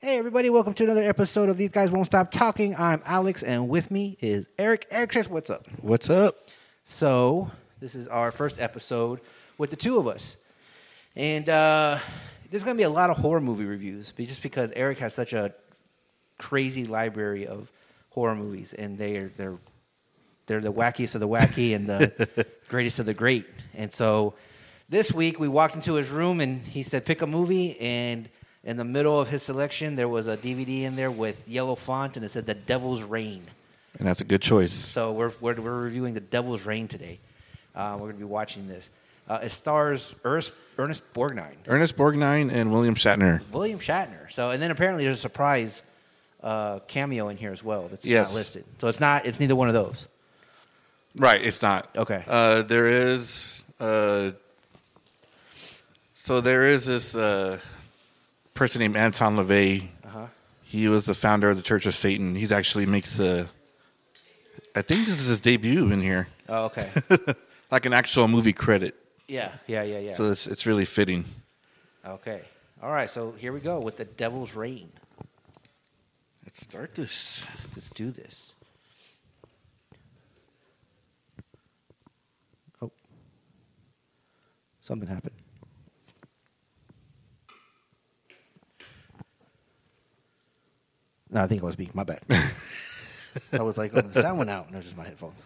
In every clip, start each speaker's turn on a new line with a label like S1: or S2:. S1: Hey, everybody, welcome to another episode of These Guys Won't Stop Talking. I'm Alex, and with me is Eric. Eric, says, what's up?
S2: What's up?
S1: So, this is our first episode with the two of us. And uh, there's going to be a lot of horror movie reviews be- just because Eric has such a crazy library of horror movies, and they're, they're, they're the wackiest of the wacky and the greatest of the great. And so, this week we walked into his room and he said, Pick a movie. And in the middle of his selection, there was a DVD in there with yellow font, and it said The Devil's Reign.
S2: And that's a good choice.
S1: So we're, we're, we're reviewing The Devil's Reign today. Uh, we're going to be watching this. Uh, it stars Ernest, Ernest Borgnine,
S2: Ernest Borgnine and William Shatner.
S1: William Shatner. So, and then apparently there's a surprise uh, cameo in here as well that's
S2: Yes.
S1: not listed. So it's not. It's neither one of those.
S2: Right, it's not.
S1: Okay.
S2: Uh, there is. Uh, so there is this uh, person named Anton LaVey.
S1: Uh-huh.
S2: He was the founder of the Church of Satan. He's actually makes a. I think this is his debut in here,
S1: Oh, okay.
S2: like an actual movie credit.
S1: yeah. Yeah. Yeah. Yeah.
S2: So it's it's really fitting.
S1: okay. All right. So here we go with The Devil's Reign.
S2: Let's start this.
S1: Let's, let's do this. Oh, something happened. No, I think it was me. My bad. I was like, oh, the sound went out, and it was just my headphones.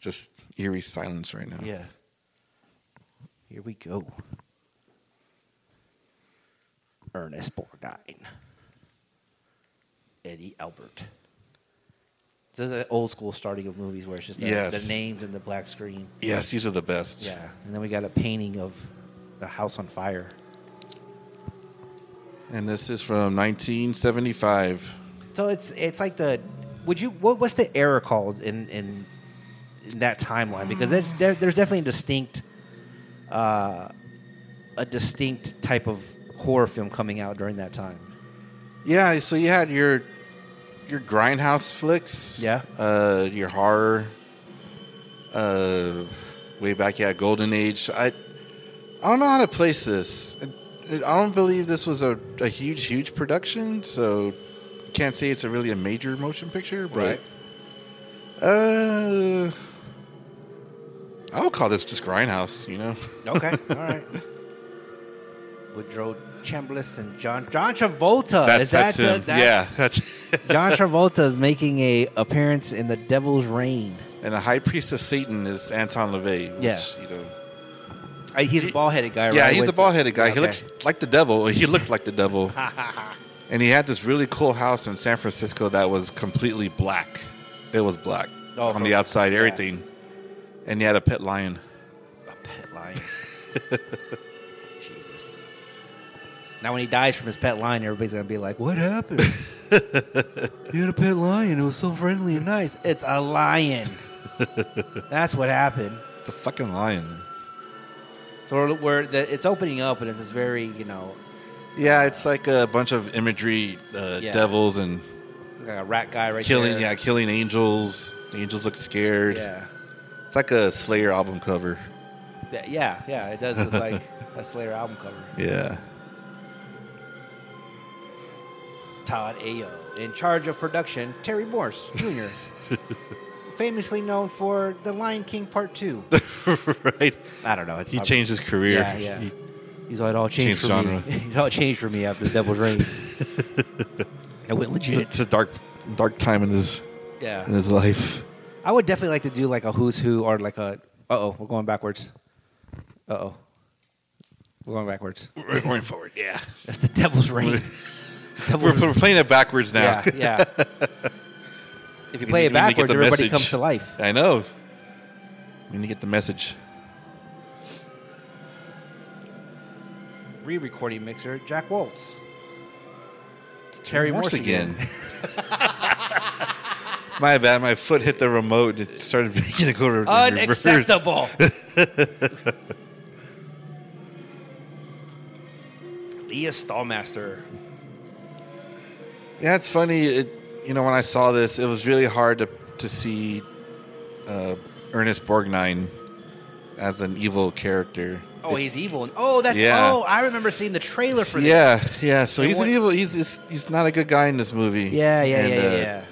S2: Just eerie silence right now.
S1: Yeah. Here we go. Ernest Borgnine. Eddie Albert. This is an old school starting of movies where it's just the,
S2: Yes.
S1: the names and the black screen.
S2: Yes, these are the best.
S1: Yeah. And then we got a painting of the house on fire.
S2: And this is from 1975.
S1: So it's it's like the would you what, what's the era called in in, in that timeline? Because it's, there, there's definitely a distinct uh, a distinct type of horror film coming out during that time.
S2: Yeah, so you had your your grindhouse flicks.
S1: Yeah.
S2: Uh, your horror. Uh, way back, yeah, golden age. I I don't know how to place this. I, I don't believe this was a, a huge, huge production, so can't say it's a really a major motion picture, but
S1: Right.
S2: uh, I would call this just grindhouse. You know,
S1: Okay, all right. Woodrow Chambliss and John John Travolta.
S2: That-
S1: Uh, Is that
S2: that's
S1: the-
S2: him.
S1: that's-
S2: yeah, that's
S1: John Travolta is making a appearance in The Devil's Reign.
S2: and the high priest of Satan is Anton LaVey. Which,
S1: Yeah.
S2: you know.
S1: Uh, He's a ball headed guy, right?
S2: Yeah, he's
S1: With-
S2: the bald headed guy.
S1: Okay.
S2: He looks like the devil. or He looked like the devil. and he had this really cool house in San Francisco that was completely black. It was black
S1: Oh,
S2: on
S1: from-
S2: the outside,
S1: yeah.
S2: everything. And he had a pet lion.
S1: A pet lion. Jesus. Now, when he dies from his pet lion, everybody's gonna be like, "What happened? you had a pet lion. It was so friendly and nice. It's a lion. That's what happened."
S2: It's a fucking lion.
S1: So we're, we're the, it's opening up, and it's this very, you know,
S2: Yeah, it's like a bunch of imagery, uh,
S1: Yeah.
S2: devils and
S1: like a rat guy right
S2: killing.
S1: there.
S2: Yeah, killing angels. The angels look scared.
S1: yeah,
S2: It's like a Slayer album cover.
S1: yeah, yeah, yeah. It does look like a Slayer album cover.
S2: Yeah.
S1: Todd Ayo. In charge of production, Terry Morse Jr., famously known for The Lion King Part Two.
S2: right.
S1: I don't know. It's
S2: He
S1: probably-
S2: changed his career.
S1: Yeah, yeah.
S2: He-
S1: He's like, it all changed, for
S2: Changed genre.
S1: me. It all changed for me after the Devil's Reign. I went legit.
S2: it's a dark, dark time in his in
S1: Yeah,
S2: his life.
S1: I would definitely like to do like a who's who or like a. Uh oh, we're going backwards. Uh oh, we're going backwards.
S2: We're going forward. Yeah,
S1: That's the Devil's Reign.
S2: we're,
S1: Devil's
S2: we're playing it backwards now.
S1: Yeah, yeah. If you play
S2: need
S1: it
S2: to get
S1: backwards,
S2: the
S1: everybody
S2: message.
S1: comes to life.
S2: I know. We need to get the message.
S1: Re-recording mixer, Jack Waltz. It's Terry
S2: Once
S1: Morse again.
S2: my bad. My foot hit the remote. and It started making it go to reverse.
S1: Unacceptable. Leah Stallmaster.
S2: Yeah, it's funny. It, you know, when I saw this, it was really hard to to see uh, Ernest Borgnine as an evil character.
S1: Oh, he's evil. And, oh, that's
S2: Yeah.
S1: oh, I remember seeing the trailer for this.
S2: yeah, yeah. So
S1: And
S2: he's an
S1: what-
S2: evil. He's, he's he's not a good guy in this movie.
S1: Yeah, yeah,
S2: And,
S1: yeah, yeah,
S2: uh,
S1: yeah.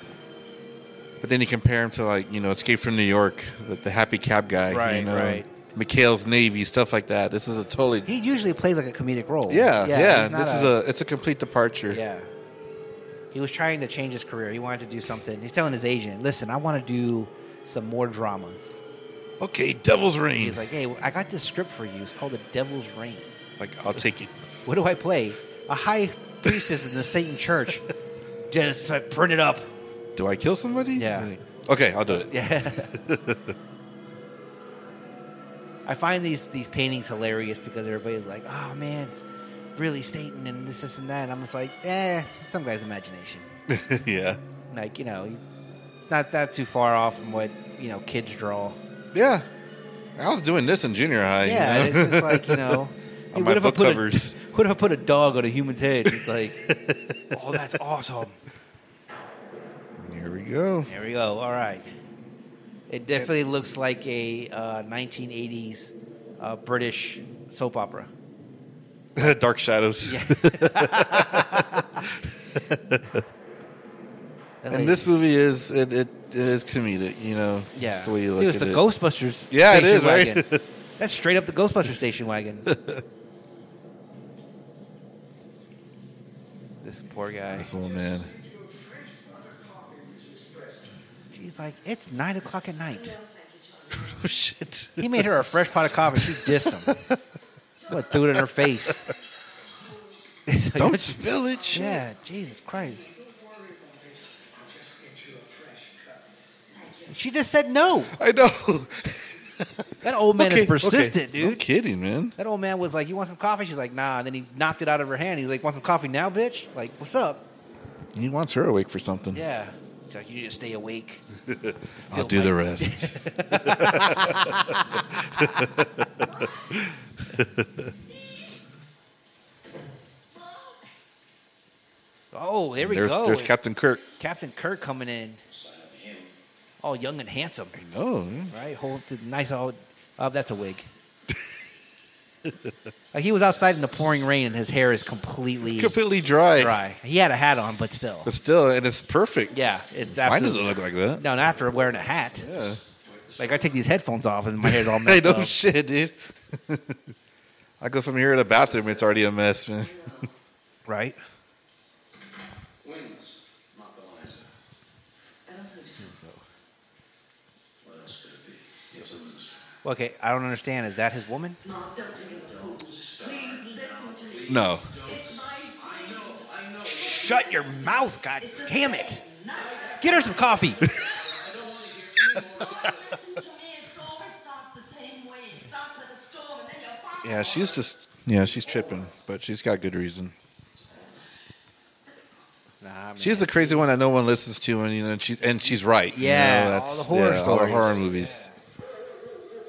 S2: But then you compare him to like you know Escape from New York, the, the happy cab guy,
S1: Right,
S2: you know,
S1: right.
S2: McHale's Navy stuff like that. This is a totally
S1: He usually plays like a comedic role.
S2: yeah yeah.
S1: he's not
S2: This is a it's a complete departure.
S1: yeah. He was trying to change his career. He wanted to do something. He's telling his agent, "Listen, I want to do some more dramas."
S2: Okay, Devil's Reign.
S1: He's like, "Hey, I got this script for you. It's called The Devil's Reign.
S2: like I'll take it.
S1: What do I play? A high priestess in the Satan Church. Just uh, print it up."
S2: Do I kill somebody?
S1: Yeah.
S2: He's like, okay, I'll do it.
S1: Yeah. I find these these paintings hilarious because everybody's like, "Oh man, it's really Satan and this, this, and that." And I'm just like, "Eh, some guy's imagination."
S2: Yeah. yeah.
S1: Like you know, it's not that too far off from what you know kids draw.
S2: I was doing this in junior high. you
S1: Yeah,
S2: know?
S1: and it's just like you know,
S2: On
S1: what
S2: my
S1: if I
S2: book
S1: put
S2: covers.
S1: A, what if I put a dog on a human's head? It's like, oh, that's awesome.
S2: Here we go.
S1: There we go. All right. It definitely looks like a uh, 1980s uh, British soap opera.
S2: Dark Shadows.
S1: Yeah.
S2: And this movie is it, it, it is comedic, you know.
S1: yeah,
S2: Just the way you look
S1: Dude, it's
S2: at
S1: the
S2: it.
S1: Ghostbusters.
S2: Yeah, it
S1: station
S2: is, right?
S1: wagon. That's straight up the Ghostbusters station wagon. this poor guy.
S2: This old man.
S1: She's like, it's nine o'clock at night.
S2: Oh shit.
S1: He made her a fresh pot of coffee. She dissed him. what threw it in her face? It's like,
S2: Don't spill it. Shit.
S1: Yeah, Jesus Christ. She just said no.
S2: I know.
S1: That old man
S2: Okay, okay.
S1: is persistent,
S2: No
S1: dude.
S2: kidding, man.
S1: That old man was like, "You want some coffee?" She's like, "Nah." And then he knocked it out of her hand. He's like, "Want some coffee now, bitch?" Like, what's up?
S2: He wants her awake for something.
S1: Yeah. She's like, "You need to stay awake."
S2: I'll do the rest.
S1: Oh, there we
S2: there's
S1: go.
S2: there's Captain Kirk.
S1: Captain Kirk coming in, all young and handsome,
S2: Oh,
S1: right? Hold the nice old. Oh, that's a wig. like he was outside in the pouring rain, and his hair is completely
S2: completely dry.
S1: dry. He had a hat on, but still,
S2: But still, and it's perfect.
S1: yeah, it's
S2: Mine
S1: absolutely.
S2: doesn't look like that.
S1: No, and after wearing a hat,
S2: Yeah.
S1: like I take these headphones off, and my hair's all
S2: Hey,
S1: messed
S2: no
S1: up.
S2: shit, dude. I go from here to the bathroom. It's already a mess, man.
S1: right?
S3: Wings, not the lines.
S4: I don't think so.
S3: What else could it be? It's a loser.
S1: Okay, I don't understand. Is that his woman?
S4: Mark, don't think of fools. Please listen to me.
S2: No.
S4: It's my time.
S1: Shut your mouth, god
S4: It's
S1: damn it!
S4: Neither.
S1: Get her some coffee.
S4: Listen to me. It's always starts the same way. It starts with a storm and then you're fine.
S2: Yeah, she's just. Yeah, she's tripping, but she's got good reason.
S1: nah, man.
S2: She's the crazy one that no one listens to, and you know, and she's and she's right. you
S1: Yeah,
S2: know,
S1: all the horror
S2: all the
S1: stories.
S2: horror movies.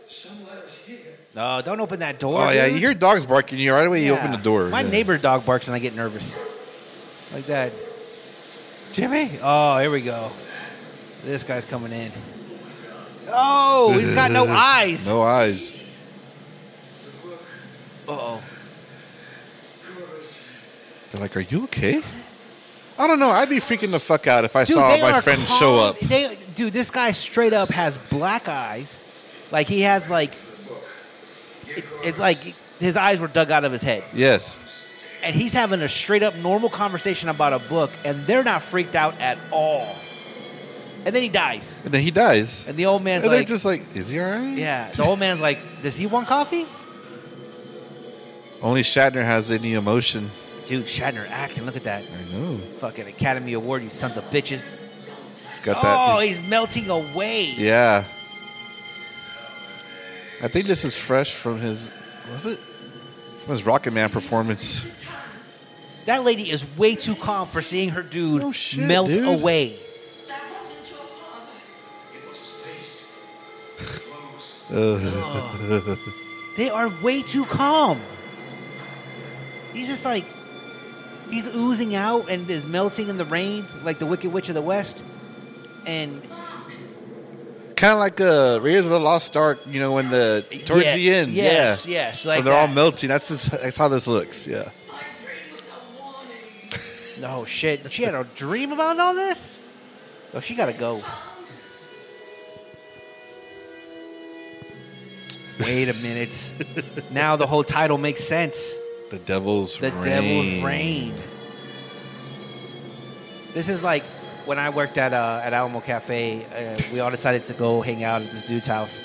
S3: Someone's here.
S1: No, don't open that door.
S2: Oh yeah,
S1: dude.
S2: you hear dogs barking. You right away you
S1: Yeah.
S2: open the door.
S1: My
S2: yeah.
S1: neighbor dog barks and I get nervous. Like that. Jimmy? Oh, here we go. This guy's coming in. Oh, he's got no eyes.
S2: No eyes.
S1: Uh-oh.
S2: They're like, "Are you okay?" I don't know. I'd be freaking the fuck out if I
S1: Dude,
S2: saw
S1: they
S2: my
S1: are
S2: friend
S1: calm-
S2: show up.
S1: They, dude, this guy straight up has black eyes. Like he has like it- it's like his eyes were dug out of his head.
S2: Yes.
S1: and he's having a straight up normal conversation about a book, and they're not freaked out at all. And then he dies,
S2: And then he dies.
S1: and the old
S2: And
S1: man's
S2: they're
S1: like,
S2: just like, "Is he all right?"
S1: "Yeah." The old man's like, "Does he want coffee?"
S2: Only Shatner has any emotion.
S1: Dude, Shatner acting. Look at that
S2: I know.
S1: fucking Academy Award, you sons of bitches!
S2: He's got that.
S1: Oh,
S2: he's-
S1: he's melting away.
S2: yeah. I think this is fresh from his. Was it? From his Rocket Man performance.
S1: That lady is way too calm for seeing her dude
S2: No shit,
S1: melt
S2: dude.
S1: away.
S4: That wasn't your
S3: It
S4: father.
S3: was his face. His clothes.
S1: They are way too calm. He's just like he's oozing out and is melting in the rain like the Wicked Witch of the West. And
S2: kind of like uh, Raiders of the Lost Ark. You know, when the towards
S1: Yeah,
S2: the end,
S1: yes,
S2: yeah,
S1: yes,
S2: When
S1: like
S2: they're all
S1: that.
S2: melting. That's just, that's how this looks. Yeah,
S4: My dream was a warning.
S1: No shit. She had a dream about all this? Oh, she gotta go.
S4: Found us.
S1: Wait a minute. now the whole title makes sense.
S2: the Devil's
S1: The
S2: Reign.
S1: Devil's Reign. This is like when I worked at uh, at Alamo Cafe. Uh, we all decided to go hang out at this dude's house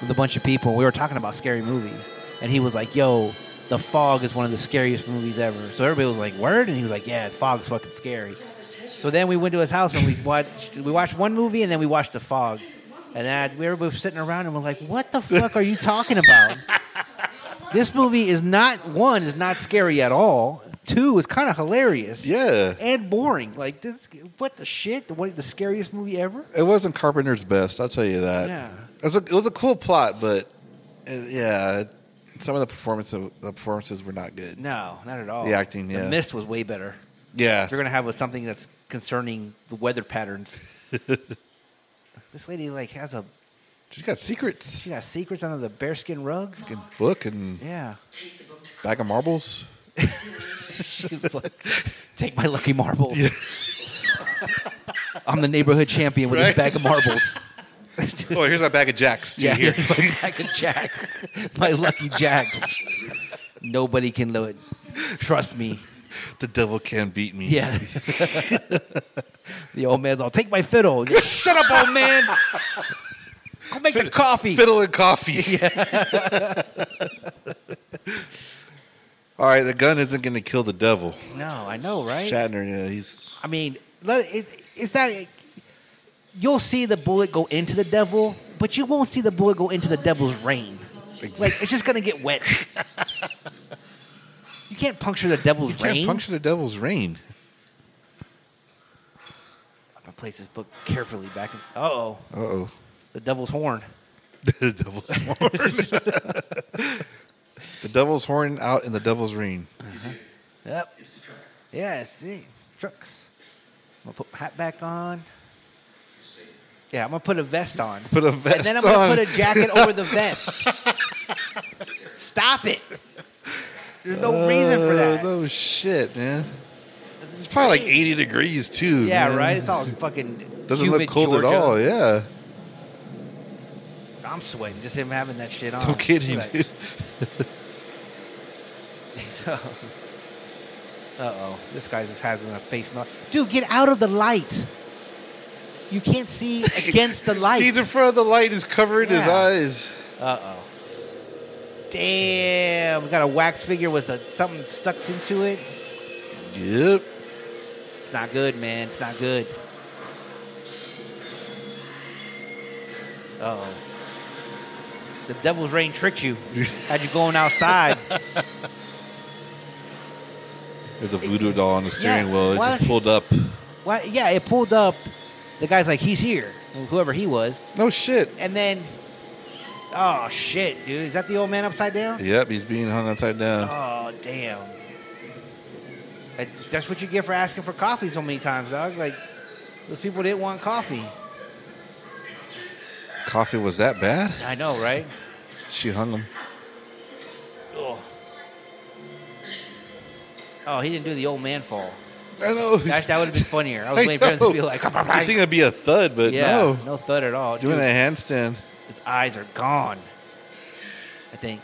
S1: with a bunch of people. We were talking about scary movies, and he was like, "Yo, The Fog is one of the scariest movies ever." So everybody was like, "Word," and he was like, "Yeah, The Fog's fucking scary." So then we went to his house and we watched we watched one movie and then we watched The Fog, and that we were both sitting around and we're like, "What the fuck are you talking about?" this movie is not one is not scary at all. Two is kind of hilarious.
S2: Yeah.
S1: and boring. Like this, what the shit? The, what, the scariest movie ever?
S2: It wasn't Carpenter's best. I'll tell you that.
S1: Yeah.
S2: it was a, it was a cool plot, but uh, yeah, some of the performances the performances were not good.
S1: No, not at all.
S2: The acting, yeah.
S1: the mist was way better.
S2: Yeah,
S1: If you're gonna have something that's concerning the weather patterns, this lady like has a
S2: she's got secrets.
S1: she got secrets under the bearskin rug.
S2: Fucking book and
S1: Yeah,
S2: bag of marbles.
S1: She's like, take my lucky marbles. I'm the neighborhood champion with this
S2: Right.
S1: bag of marbles.
S2: Oh, here's my bag of jacks too.
S1: Yeah,
S2: here.
S1: my bag of jacks, my lucky jacks. Nobody can do it. Trust me.
S2: the devil can beat me.
S1: Yeah. the old man's all take my fiddle. Just, Shut up, old man. Go make the coffee.
S2: Fiddle and coffee. All right, the gun isn't going to kill the devil.
S1: No, I know, right?
S2: Shatner, yeah, he's
S1: I mean, let, it, it's that you'll see the bullet go into the devil, but you won't see the bullet go into the devil's reign. Like it's just gonna get wet. you can't puncture the devil's
S2: can't
S1: reign.
S2: puncture the devil's reign.
S1: I'm gonna place this book carefully back. in- Uh-oh,
S2: Uh oh,
S1: the devil's horn.
S2: the devil's horn. the devil's horn out in the devil's reign.
S1: Yep.
S3: It's the truck.
S1: Yeah, see, trucks. I'm gonna put my hat back on. Yeah, I'm gonna put a vest on.
S2: Put a
S1: and
S2: vest
S1: then I'm gonna
S2: on.
S1: put a jacket over the vest. Stop it. There's no reason for that.
S2: Uh, no shit, man.
S1: It's
S2: It's probably like
S1: insane.
S2: 80 degrees too.
S1: Yeah,
S2: man.
S1: right. It's all fucking
S2: doesn't
S1: humid
S2: look cold
S1: Georgia.
S2: at all. Yeah,
S1: I'm sweating just him having that shit on.
S2: no kidding.
S1: Like-
S2: dude.
S1: So, uh oh, this guy's having a face melt. Dude, get out of the light. You can't see against the light.
S2: He's in front of the light. He's covering his
S1: Yeah.
S2: eyes.
S1: Uh oh. Damn, we got a wax figure with a, something stuck into it.
S2: Yep.
S1: It's not good, man. It's not good. Uh oh. The devil's rain tricked you. Had you going outside.
S2: There's a voodoo doll on the steering
S1: Yeah,
S2: wheel. It
S1: why
S2: just
S1: don't you-
S2: pulled up.
S1: Why yeah, it pulled up. The guy's like, he's here. Whoever he was.
S2: No shit.
S1: And then, oh shit, dude. Is that the old man upside down?
S2: Yep, he's being hung upside down.
S1: Oh, damn. That- That's what you get for asking for coffee so many times, dog. Like, those people didn't want coffee.
S2: Coffee was that bad?
S1: I know, right?
S2: She hung him.
S1: Ugh. Oh, he didn't do the old man fall.
S2: I know.
S1: Gosh, that would have been funnier. I was waiting for him to be like,
S2: I think it'd be a thud, but
S1: yeah,
S2: no.
S1: thud at all.
S2: Doing
S1: Dude,
S2: a handstand.
S1: His eyes are gone. I think.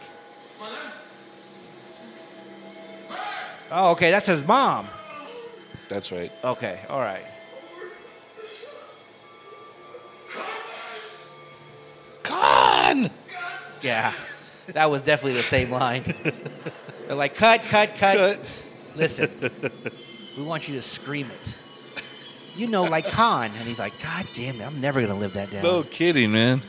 S1: Oh, okay, that's his mom.
S2: That's right.
S1: Okay, all right.
S2: Con!
S1: Yeah, that was definitely the same line. They're like, cut, cut, cut.
S2: Cut.
S1: Listen, we want you to scream it. You know, like Khan. And he's like, God damn it, I'm never going to live that down.
S2: No kidding, man.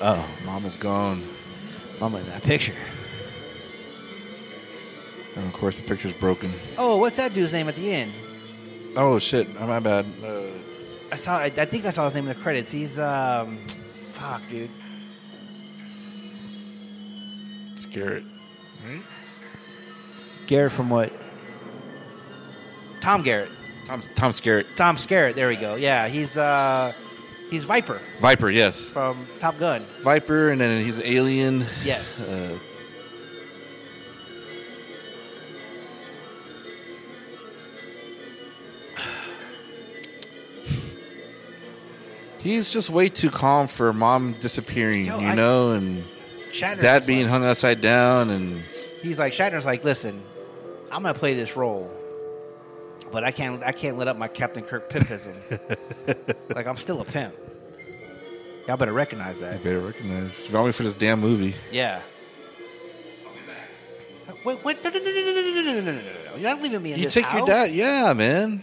S1: Oh,
S2: Mama's gone.
S1: mama in that picture.
S2: And of course, the picture's broken.
S1: Oh, what's that dude's name at the end?
S2: Oh, shit. Oh, my bad. Uh,
S1: I saw. I, I think I saw his name in the credits. He's um, fuck, dude.
S2: it's Garrett.
S1: Garrett from what? Tom Garrett.
S2: Tom Tom Skerritt.
S1: Tom Skerritt. There we go. Yeah, he's uh, he's Viper
S2: Viper, yes.
S1: from Top Gun.
S2: Viper, and then he's an alien.
S1: Yes.
S2: Uh, he's just way too calm for mom disappearing,
S1: Yo,
S2: you
S1: I-
S2: know, and
S1: Shatner's
S2: dad
S1: just
S2: being
S1: like-
S2: hung upside down, and
S1: he's like Shatner's like, listen, I'm gonna play this role, but I can't I can't let up my Captain Kirk pimpism. like I'm still a pimp. Y'all better recognize that.
S2: better recognize. You want me for this damn movie?
S1: Yeah. Wait, wait, no, no, no, no, no, no, no, no, no, no, no, no. You're not leaving me in
S2: You
S1: this
S2: take your
S1: house.
S2: dad, yeah, man.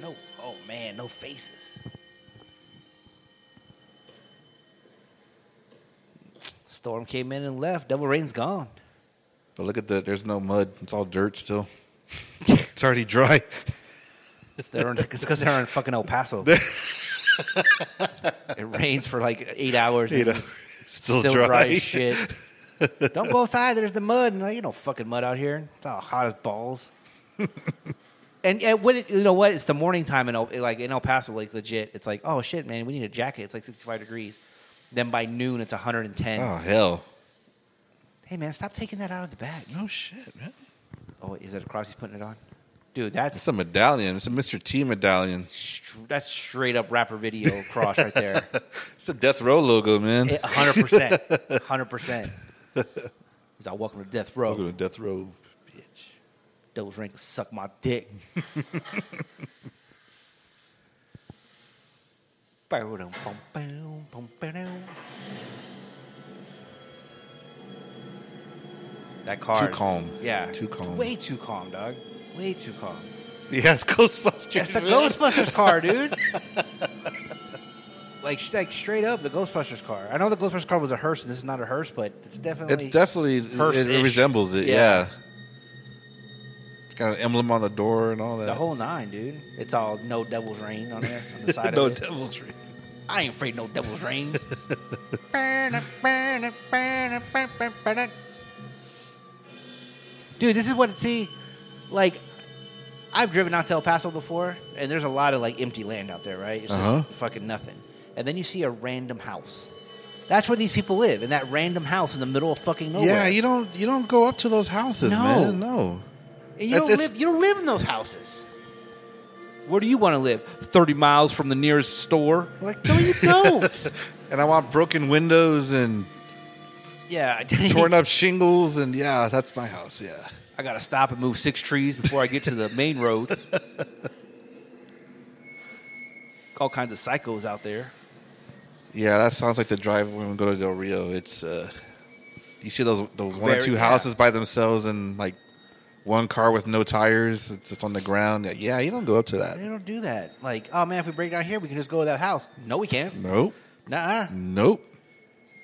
S1: No, oh man, no faces. Storm came in and left. Devil Rain's gone.
S2: But look at the. There's no mud. It's all dirt still. it's already dry.
S1: It's because they're in fucking El Paso. it rains for like eight hours.
S2: You
S1: and
S2: know,
S1: it's
S2: still,
S1: still dry. as shit. Don't go outside. There's the mud. And like, you know, fucking mud out here. It's all hot as balls. and and what it, you know what? It's the morning time in El, like in El Paso, like legit. It's like oh shit, man, we need a jacket. It's like 65 degrees. Then by noon, it's 110.
S2: Oh hell!
S1: Hey man, stop taking that out of the bag.
S2: No shit, man.
S1: Oh, is it a cross he's putting it on? Dude,
S2: It's
S1: that's
S2: a medallion. It's a Mr. T medallion.
S1: str- that's straight up rapper video cross right there.
S2: It's a Death Row logo, man.
S1: It- 100%. 100%. He's like, welcome to death row.
S2: Logo to Death Row.
S1: Those rings suck my dick. that car.
S2: Too
S1: is-
S2: calm.
S1: Yeah.
S2: Too calm.
S1: Way too calm, dog. Way too calm.
S2: Yeah, it's Ghostbusters.
S1: That's the Ghostbusters car, dude. like, sh- like straight up, the Ghostbusters car. I know the Ghostbusters car was a hearse, and this is not a hearse, but it's definitely
S2: It's definitely. It,
S1: Hearse-ish.
S2: it resembles it.
S1: Yeah.
S2: Yeah. It's got an emblem on the door and all that.
S1: the whole nine, dude. It's all no devil's rain on there on the side
S2: no
S1: of it.
S2: devil's ring.
S1: I ain't afraid no devil's rain. Dude, this is what see, like I've driven out to El Paso before, and there's a lot of like empty land out there, right? It's
S2: Uh-huh.
S1: just fucking nothing. And then you see a random house. That's where these people live, in that random house in the middle of fucking nowhere.
S2: Yeah, you don't you don't go up to those houses,
S1: No.
S2: man. No.
S1: And you
S2: It's-
S1: don't
S2: it's-
S1: live. You don't live in those houses. Where do you want to live? Thirty miles from the nearest store. Like no, you don't.
S2: And I want broken windows and
S1: yeah,
S2: torn up shingles and yeah, that's my house. Yeah.
S1: I gotta stop and move six trees before I get to the main road. All kinds of psychos out there.
S2: Yeah, that sounds like the drive when we go to Del Rio. It's uh, you see those those one or
S1: Very-
S2: two
S1: yeah.
S2: houses by themselves and like one car with no tires. It's just on the ground. Yeah, Yeah, you don't go up to
S1: They
S2: that.
S1: don't do that. Like, oh man, if we break down here, we can just go to that house. No, we can't.
S2: Nope,
S1: Nah.
S2: nope.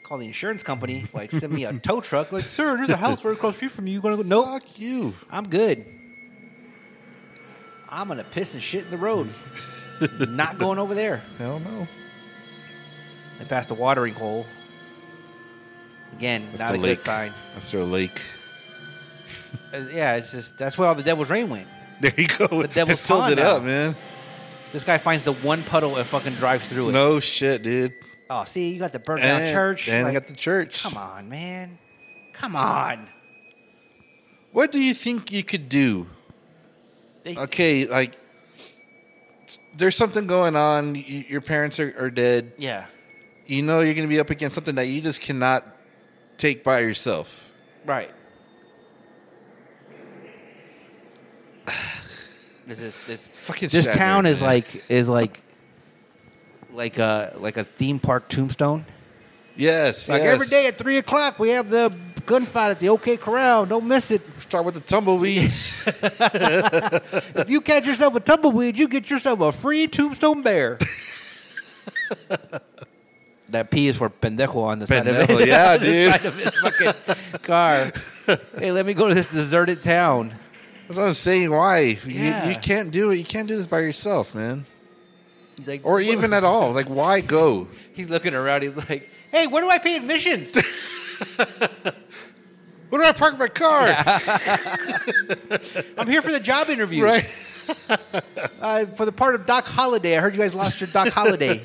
S1: Call the insurance company. Like, send me a tow truck. Like, sir, there's a house right across the street from you. You gonna go? Nope.
S2: Fuck you.
S1: I'm good. I'm gonna piss and shit in the road. Not going over there.
S2: Hell no.
S1: They passed the watering hole. Again,
S2: That's
S1: not a
S2: the lake.
S1: good sign.
S2: That's their lake.
S1: Uh, Yeah, it's just that's where all the devil's rain went.
S2: There you go.
S1: It's the devil's
S2: It filled
S1: pond
S2: it
S1: now.
S2: up, man.
S1: This guy finds the one puddle and fucking drives through it.
S2: No shit, dude.
S1: Oh, see, you got the burnt down church.
S2: And
S1: like,
S2: I got the church.
S1: come on, man. Come on.
S2: What do you think you could do
S1: They-
S2: okay, like there's something going on. Y- Your parents are, are dead.
S1: Yeah.
S2: You know you're going to be up against something that you just cannot take by yourself.
S1: Right. this is this
S2: Fucking
S1: this
S2: shattered,
S1: town is
S2: man.
S1: like is like like a like a theme park tombstone.
S2: yes,
S1: Like
S2: yes.
S1: every day at three o'clock, we have the gunfight at the OK Corral. Don't miss it.
S2: Start with the tumbleweeds.
S1: If you catch yourself a tumbleweed, you get yourself a free tombstone bear. that P is for pendejo on the side of
S2: Pendejo,
S1: it.
S2: yeah,
S1: on the
S2: dude.
S1: side of his fucking car. hey, let me go to this deserted town.
S2: That's what I'm saying. Why
S1: Yeah.
S2: you, you can't do it? You can't do this by yourself, man.
S1: He's like,
S2: Or even at all. Like why go?
S1: he's looking around. He's like, Hey, where do I pay admissions?
S2: Where do I park my car?
S1: I'm here for the job interview.
S2: Right?
S1: Uh, for the part of Doc Holiday. I heard you guys lost your Doc Holiday.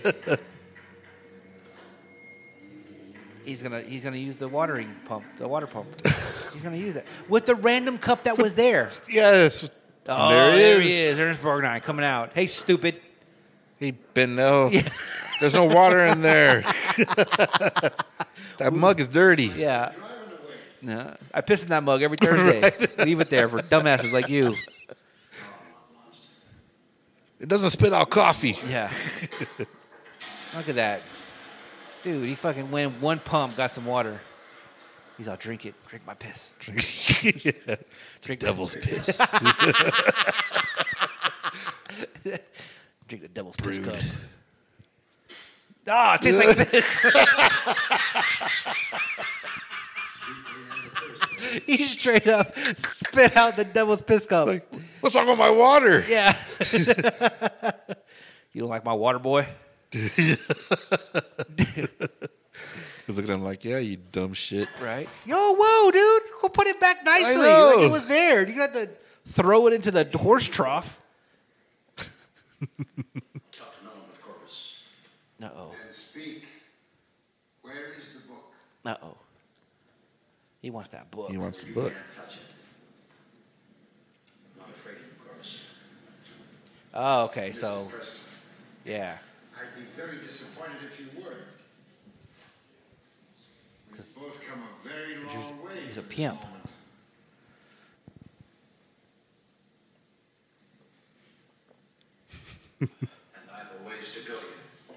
S1: he's gonna he's gonna use the watering pump, the water pump. he's gonna use it with the random cup that was there.
S2: Yes.
S1: Oh,
S2: there, it
S1: there
S2: is.
S1: he is. Ernest Borgnine coming out. Hey, stupid.
S2: He been no. There's no water in there. that mug is dirty.
S1: Yeah. No, I piss in that mug every Thursday. Leave it there for dumbasses like you.
S2: It doesn't spit out coffee.
S1: Yeah. Look at that. Dude, he fucking went one pump, got some water. He's all drink it. Drink my piss. Drink
S2: Devil's piss.
S1: Drink the devil's piss
S2: Brewed.
S1: cup. Ah, it tastes like piss. he straight up spit out the devil's piss cup.
S2: Like, what's wrong with my water?
S1: yeah. you don't like my water boy?
S2: He's looking at him like, yeah, you dumb shit.
S1: Right. Yo, whoa, dude. Go put it back nicely.
S2: know.
S1: Like it was there. You got to throw it into the horse trough.
S3: Talk to no one but Corpus.
S1: Uh oh.
S3: And speak. Where is the book?
S1: Uh oh. He wants that book.
S2: He wants the
S3: You
S2: book.
S3: can't touch it. I'm not afraid of you, Corpus.
S1: oh, okay. So,
S3: Mr. Preston,
S1: yeah.
S3: I'd be very disappointed if you were. We've both come a very long
S1: He's-
S3: way.
S1: he's a
S3: from this
S1: pimp.
S3: moment. and I've a ways to go yet.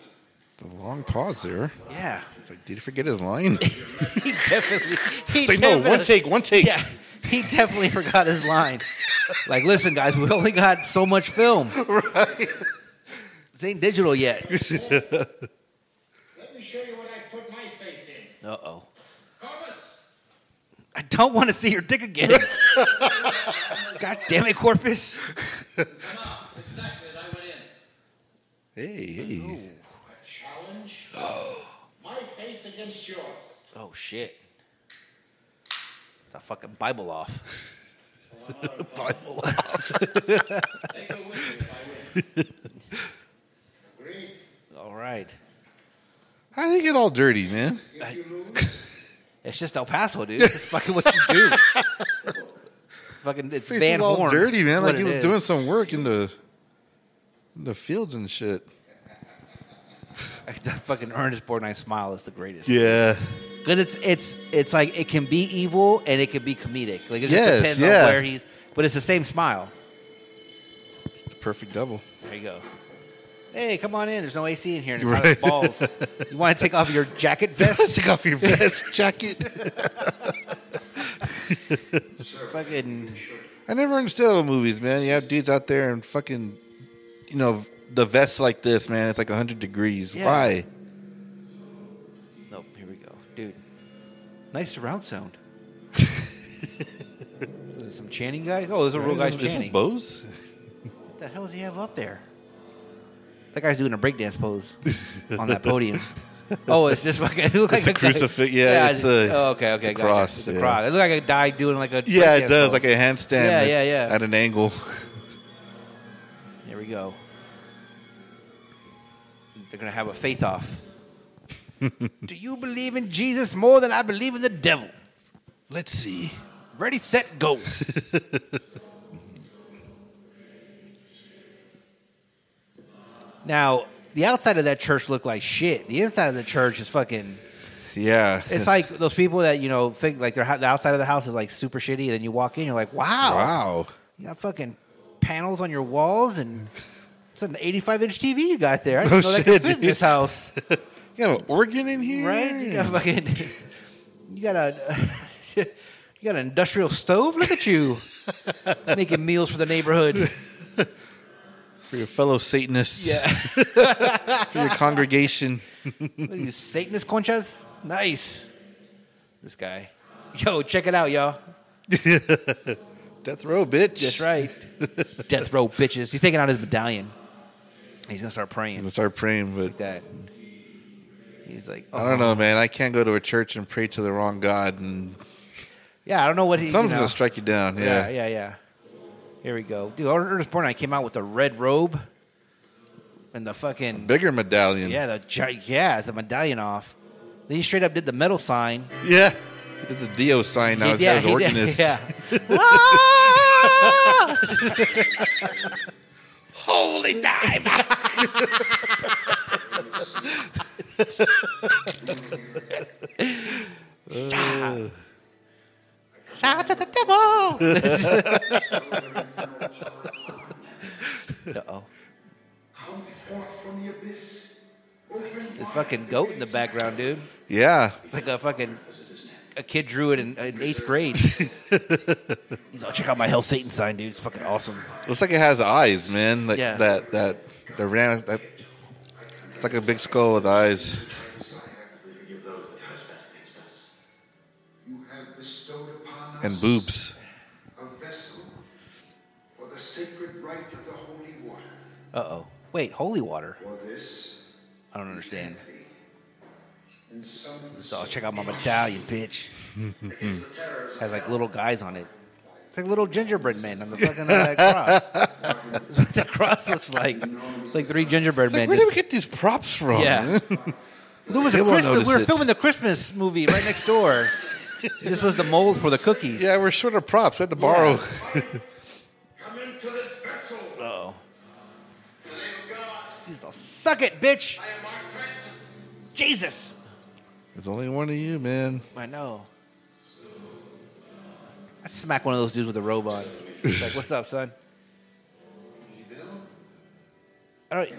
S2: It's a long pause there.
S1: Yeah.
S2: It's like, did he forget his line?
S1: He definitely. He
S2: It's like, no, one
S1: definitely-
S2: take, one take.
S1: Yeah. He definitely forgot his line. Like, listen, guys, we only got so much film. Right. This ain't digital yet.
S3: Let me show you what I put my faith in.
S1: Uh oh.
S3: Corpus!
S1: I don't want to see your dick again. God damn it, Corpus.
S3: Come out, exactly as I went in.
S2: Hey, hey.
S3: A challenge? My faith against yours.
S1: Oh shit. The fucking Bible off.
S2: Bible.
S3: Take her with you if I win. Agreed.
S1: All right.
S2: How did he get all dirty, man?
S3: If you lose,
S1: It's just El Paso, dude. It's fucking what you do. It's fucking it's
S2: His face
S1: Van
S2: is all
S1: Horn.
S2: dirty,
S1: That's
S2: man. Like
S1: what
S2: he
S1: it
S2: was
S1: is.
S2: doing some work in the in the fields and shit.
S1: that fucking Ernest Borgnine smile is the greatest.
S2: Yeah.
S1: Because it's it's it's like it can be evil and it can be comedic. Like it just
S2: Yes,
S1: depends
S2: yeah.
S1: on where he's but it's the same smile.
S2: It's the perfect devil.
S1: There you go. Hey, come on in. There's no AC in here and it's
S2: Right.
S1: hot as balls. You want to take off your jacket vest?
S2: Take off your vest jacket.
S1: fucking
S2: I never understood those movies, man. You have dudes out there and fucking, you know, the vests like this, man. It's like 100 degrees.
S1: Yeah.
S2: Why?
S1: Nope, here we go. Dude. Nice surround sound. Some chanting guys? Oh, there's a real
S2: Is
S1: guy's
S2: this- is this
S1: chanting. What
S2: Bose?
S1: the hell does he have up there? That guy's doing a breakdance pose on that podium. Oh, it's just fucking. It looks
S2: It's
S1: like
S2: a
S1: guy-
S2: crucifix- yeah, it's
S1: just-
S2: a-
S1: oh, okay,
S2: it's
S1: okay,
S2: a
S1: gotcha.
S2: cross,
S1: It's a
S2: yeah.
S1: cross. It looks like a guy doing like a.
S2: Yeah, it
S1: breakdance
S2: does.
S1: pose.
S2: Like a handstand.
S1: Yeah,
S2: at-
S1: yeah, yeah.
S2: At an angle.
S1: Here we go. They're gonna have a faith off. Do you believe in Jesus more than I believe in the devil?
S2: Let's see.
S1: Ready, set, go. now, the outside of that church looked like shit. The inside of the church is fucking.
S2: Yeah.
S1: It's like those people that you know think like their hou- the outside of the house is like super shitty, and then you walk in, you're like, wow,
S2: wow.
S1: you got fucking panels on your walls and. It's an 85 inch TV you got there. I didn't
S2: Oh,
S1: know that could
S2: shit,
S1: fit in
S2: dude.
S1: this house.
S2: You have an organ in here?
S1: right? You got fucking, you got a, you got an industrial stove. Look at you making meals for the neighborhood.
S2: For your fellow Satanists. For your congregation.
S1: Look at these Satanist conchas. Nice. This guy. Yo, check it out, y'all.
S2: Death row, bitch.
S1: That's right. Death row bitches. He's taking out his medallion. He's gonna start praying
S2: Let's start praying, but
S1: like that. He's like, oh,
S2: I don't know, man. I can't go to a church and pray to the wrong God, and
S1: Yeah, I don't know what he.
S2: something's
S1: you know.
S2: gonna strike you down.
S1: Yeah,
S2: Yeah,
S1: yeah, yeah. Here we go, dude. Ernest Born, I came out with a red robe and the fucking
S2: bigger medallion.
S1: yeah, the gi- yeah, it's a medallion off. Then he straight up did the metal sign.
S2: yeah. He did the Dio sign. Now
S1: He-
S2: his
S1: yeah,
S2: dad's
S1: he did,
S2: organist.
S1: yeah.
S2: Holy dive!
S1: Bow to the devil. Uh oh. This fucking goat in the background, dude.
S2: yeah,
S1: It's like a fucking a kid drew it in, in eighth grade. He's like, check out my Hell Satan sign, dude. It's fucking awesome.
S2: looks like it has eyes, man. Like
S1: Yeah.
S2: that that the ram. That, it's like a big skull with eyes.
S5: You have bestowed upon us
S2: and boobs.
S5: a vessel for the sacred rite of the holy water.
S1: Uh oh. Wait, holy water.
S5: For this,
S1: I don't understand.
S5: and some
S1: So I'll check out my medallion, bitch. Has like little guys on it. It's like little gingerbread men on the fucking uh, cross. That's what the cross looks like. It's like three gingerbread
S2: It's like,
S1: men.
S2: where did we
S1: just-
S2: get these props from?
S1: Yeah. there was a Christmas. We
S2: They won't notice
S1: were
S2: it.
S1: filming the Christmas movie right next door. this was the mold for the cookies.
S2: yeah, we're short of props. We had to borrow.
S5: come into this vessel.
S1: Oh,
S5: In the name of God,
S1: these all suck it, bitch.
S5: I am our Christian.
S1: Jesus.
S2: There's only one of you, man.
S1: I know. I smack one of those dudes with a robe on. It's like, what's up, son? All right.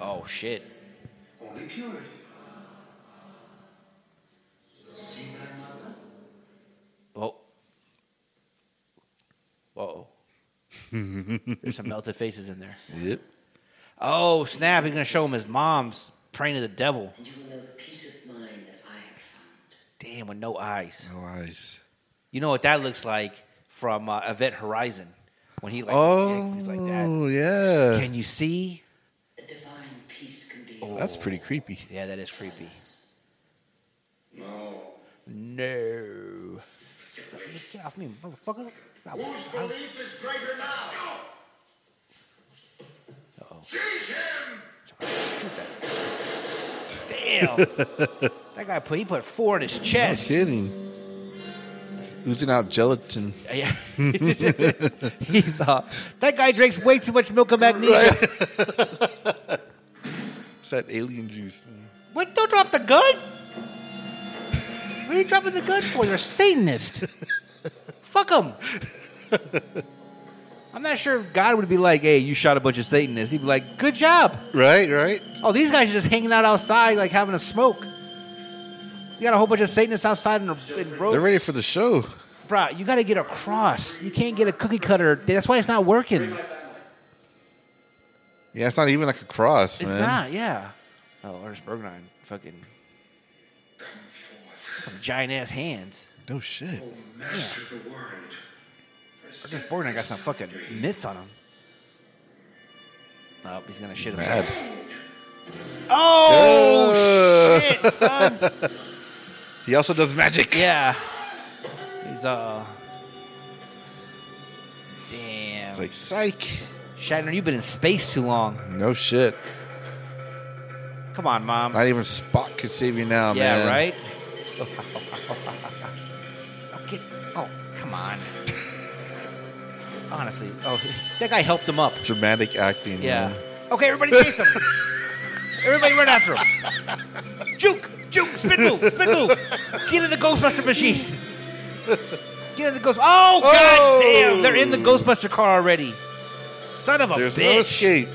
S1: Oh shit.
S5: Only purity. See one another
S1: Oh. Whoa. There's some melted faces in there.
S2: Yep.
S1: Oh snap! He's gonna show him his mom's praying to the devil.
S6: and you will know the peace of mind that I have found.
S1: Damn, with no eyes.
S2: No eyes.
S1: You know what that looks like from uh, Event Horizon when he like,
S2: Oh,
S1: he's like that.
S2: yeah.
S1: Can you see?
S6: The divine peace can be
S1: Oh.
S2: That's pretty creepy.
S1: Yeah, that is creepy.
S3: No.
S1: No. Get off me, motherfucker.
S5: Whose belief is greater now?
S1: Uh-oh.
S5: Seize him!
S1: Shoot that. Damn. that guy put he put four in his
S2: No
S1: chest.
S2: kidding. Oozing out gelatin.
S1: Yeah. He's uh, that guy drinks way too much milk and magnesia.
S2: It's that alien juice. man.
S1: What? Don't drop the gun. What are you dropping the gun for? You're a Satanist. Fuck him. I'm not sure if God would be like, "Hey, you shot a bunch of Satanists." He'd be like, "Good job."
S2: Right, right.
S1: Oh, these guys are just hanging out outside, like having a smoke. You got a whole bunch of Satanists outside in, in road.
S2: They're ready for the show.
S1: Bruh, you got to get a cross. You can't get a cookie cutter. That's why it's not working.
S2: Yeah, it's not even like a cross,
S1: It's
S2: man.
S1: not, yeah. Oh, Ernest Bergnine. Fucking. Some giant ass hands.
S2: No shit.
S5: Master of the world.
S1: Ernest Borgnine got some fucking mitts on him. Oh, he's gonna shit himself.
S2: Mad.
S1: Oh, shit, son.
S2: He also does magic.
S1: Yeah. He's, uh. Damn.
S2: It's like psych.
S1: Shatner, you've been in space too long.
S2: No shit.
S1: Come on, mom.
S2: Not even Spock can save you now,
S1: yeah,
S2: man.
S1: right? oh, get, oh, come on. Honestly. Oh, that guy helped him up.
S2: Dramatic acting.
S1: Yeah.
S2: man.
S1: Okay, everybody chase him. everybody run after him. Juke, juke, spin move, spin move. Get in the Ghostbuster machine. Get in the Ghost. Oh,
S2: Oh!
S1: god damn! They're in the Ghostbuster car already. Son of a
S2: There's no
S1: bitch.
S2: escape.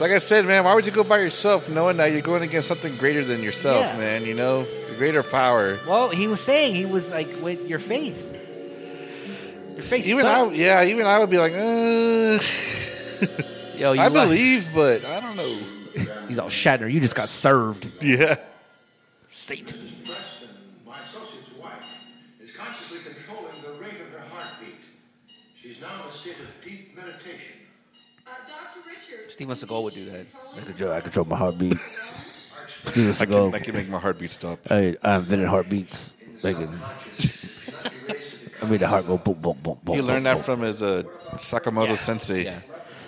S2: Like I said, man, why would you go by yourself knowing that you're going against something greater than yourself,
S1: Yeah.
S2: man? You know, a greater power.
S1: well, he was saying he was like with your faith. Your faith.
S2: Even
S1: sucked.
S2: I, yeah, even I would be like, uh,
S1: Yo, you
S2: I
S1: lucky.
S2: believe, but I don't know.
S1: He's all Shatner. You just got served.
S2: Yeah,
S1: Satan.
S5: Preston, my associate's wife, is consciously controlling the rate of her heartbeat. She's now in a state of deep meditation.
S4: Uh, Dr. Richards.
S1: Steve wants to go would do that.
S4: Controlling
S1: I control, I control my heartbeat.
S5: Our
S1: Steven
S2: I can, I
S1: Seagal.
S2: can make my heartbeat stop.
S1: I, um, I invented heartbeats. I, can, I made the heart go boom, boom, boom, boom.
S2: You learned that
S1: boom.
S2: from his uh, Sakamoto sensei
S1: Yeah.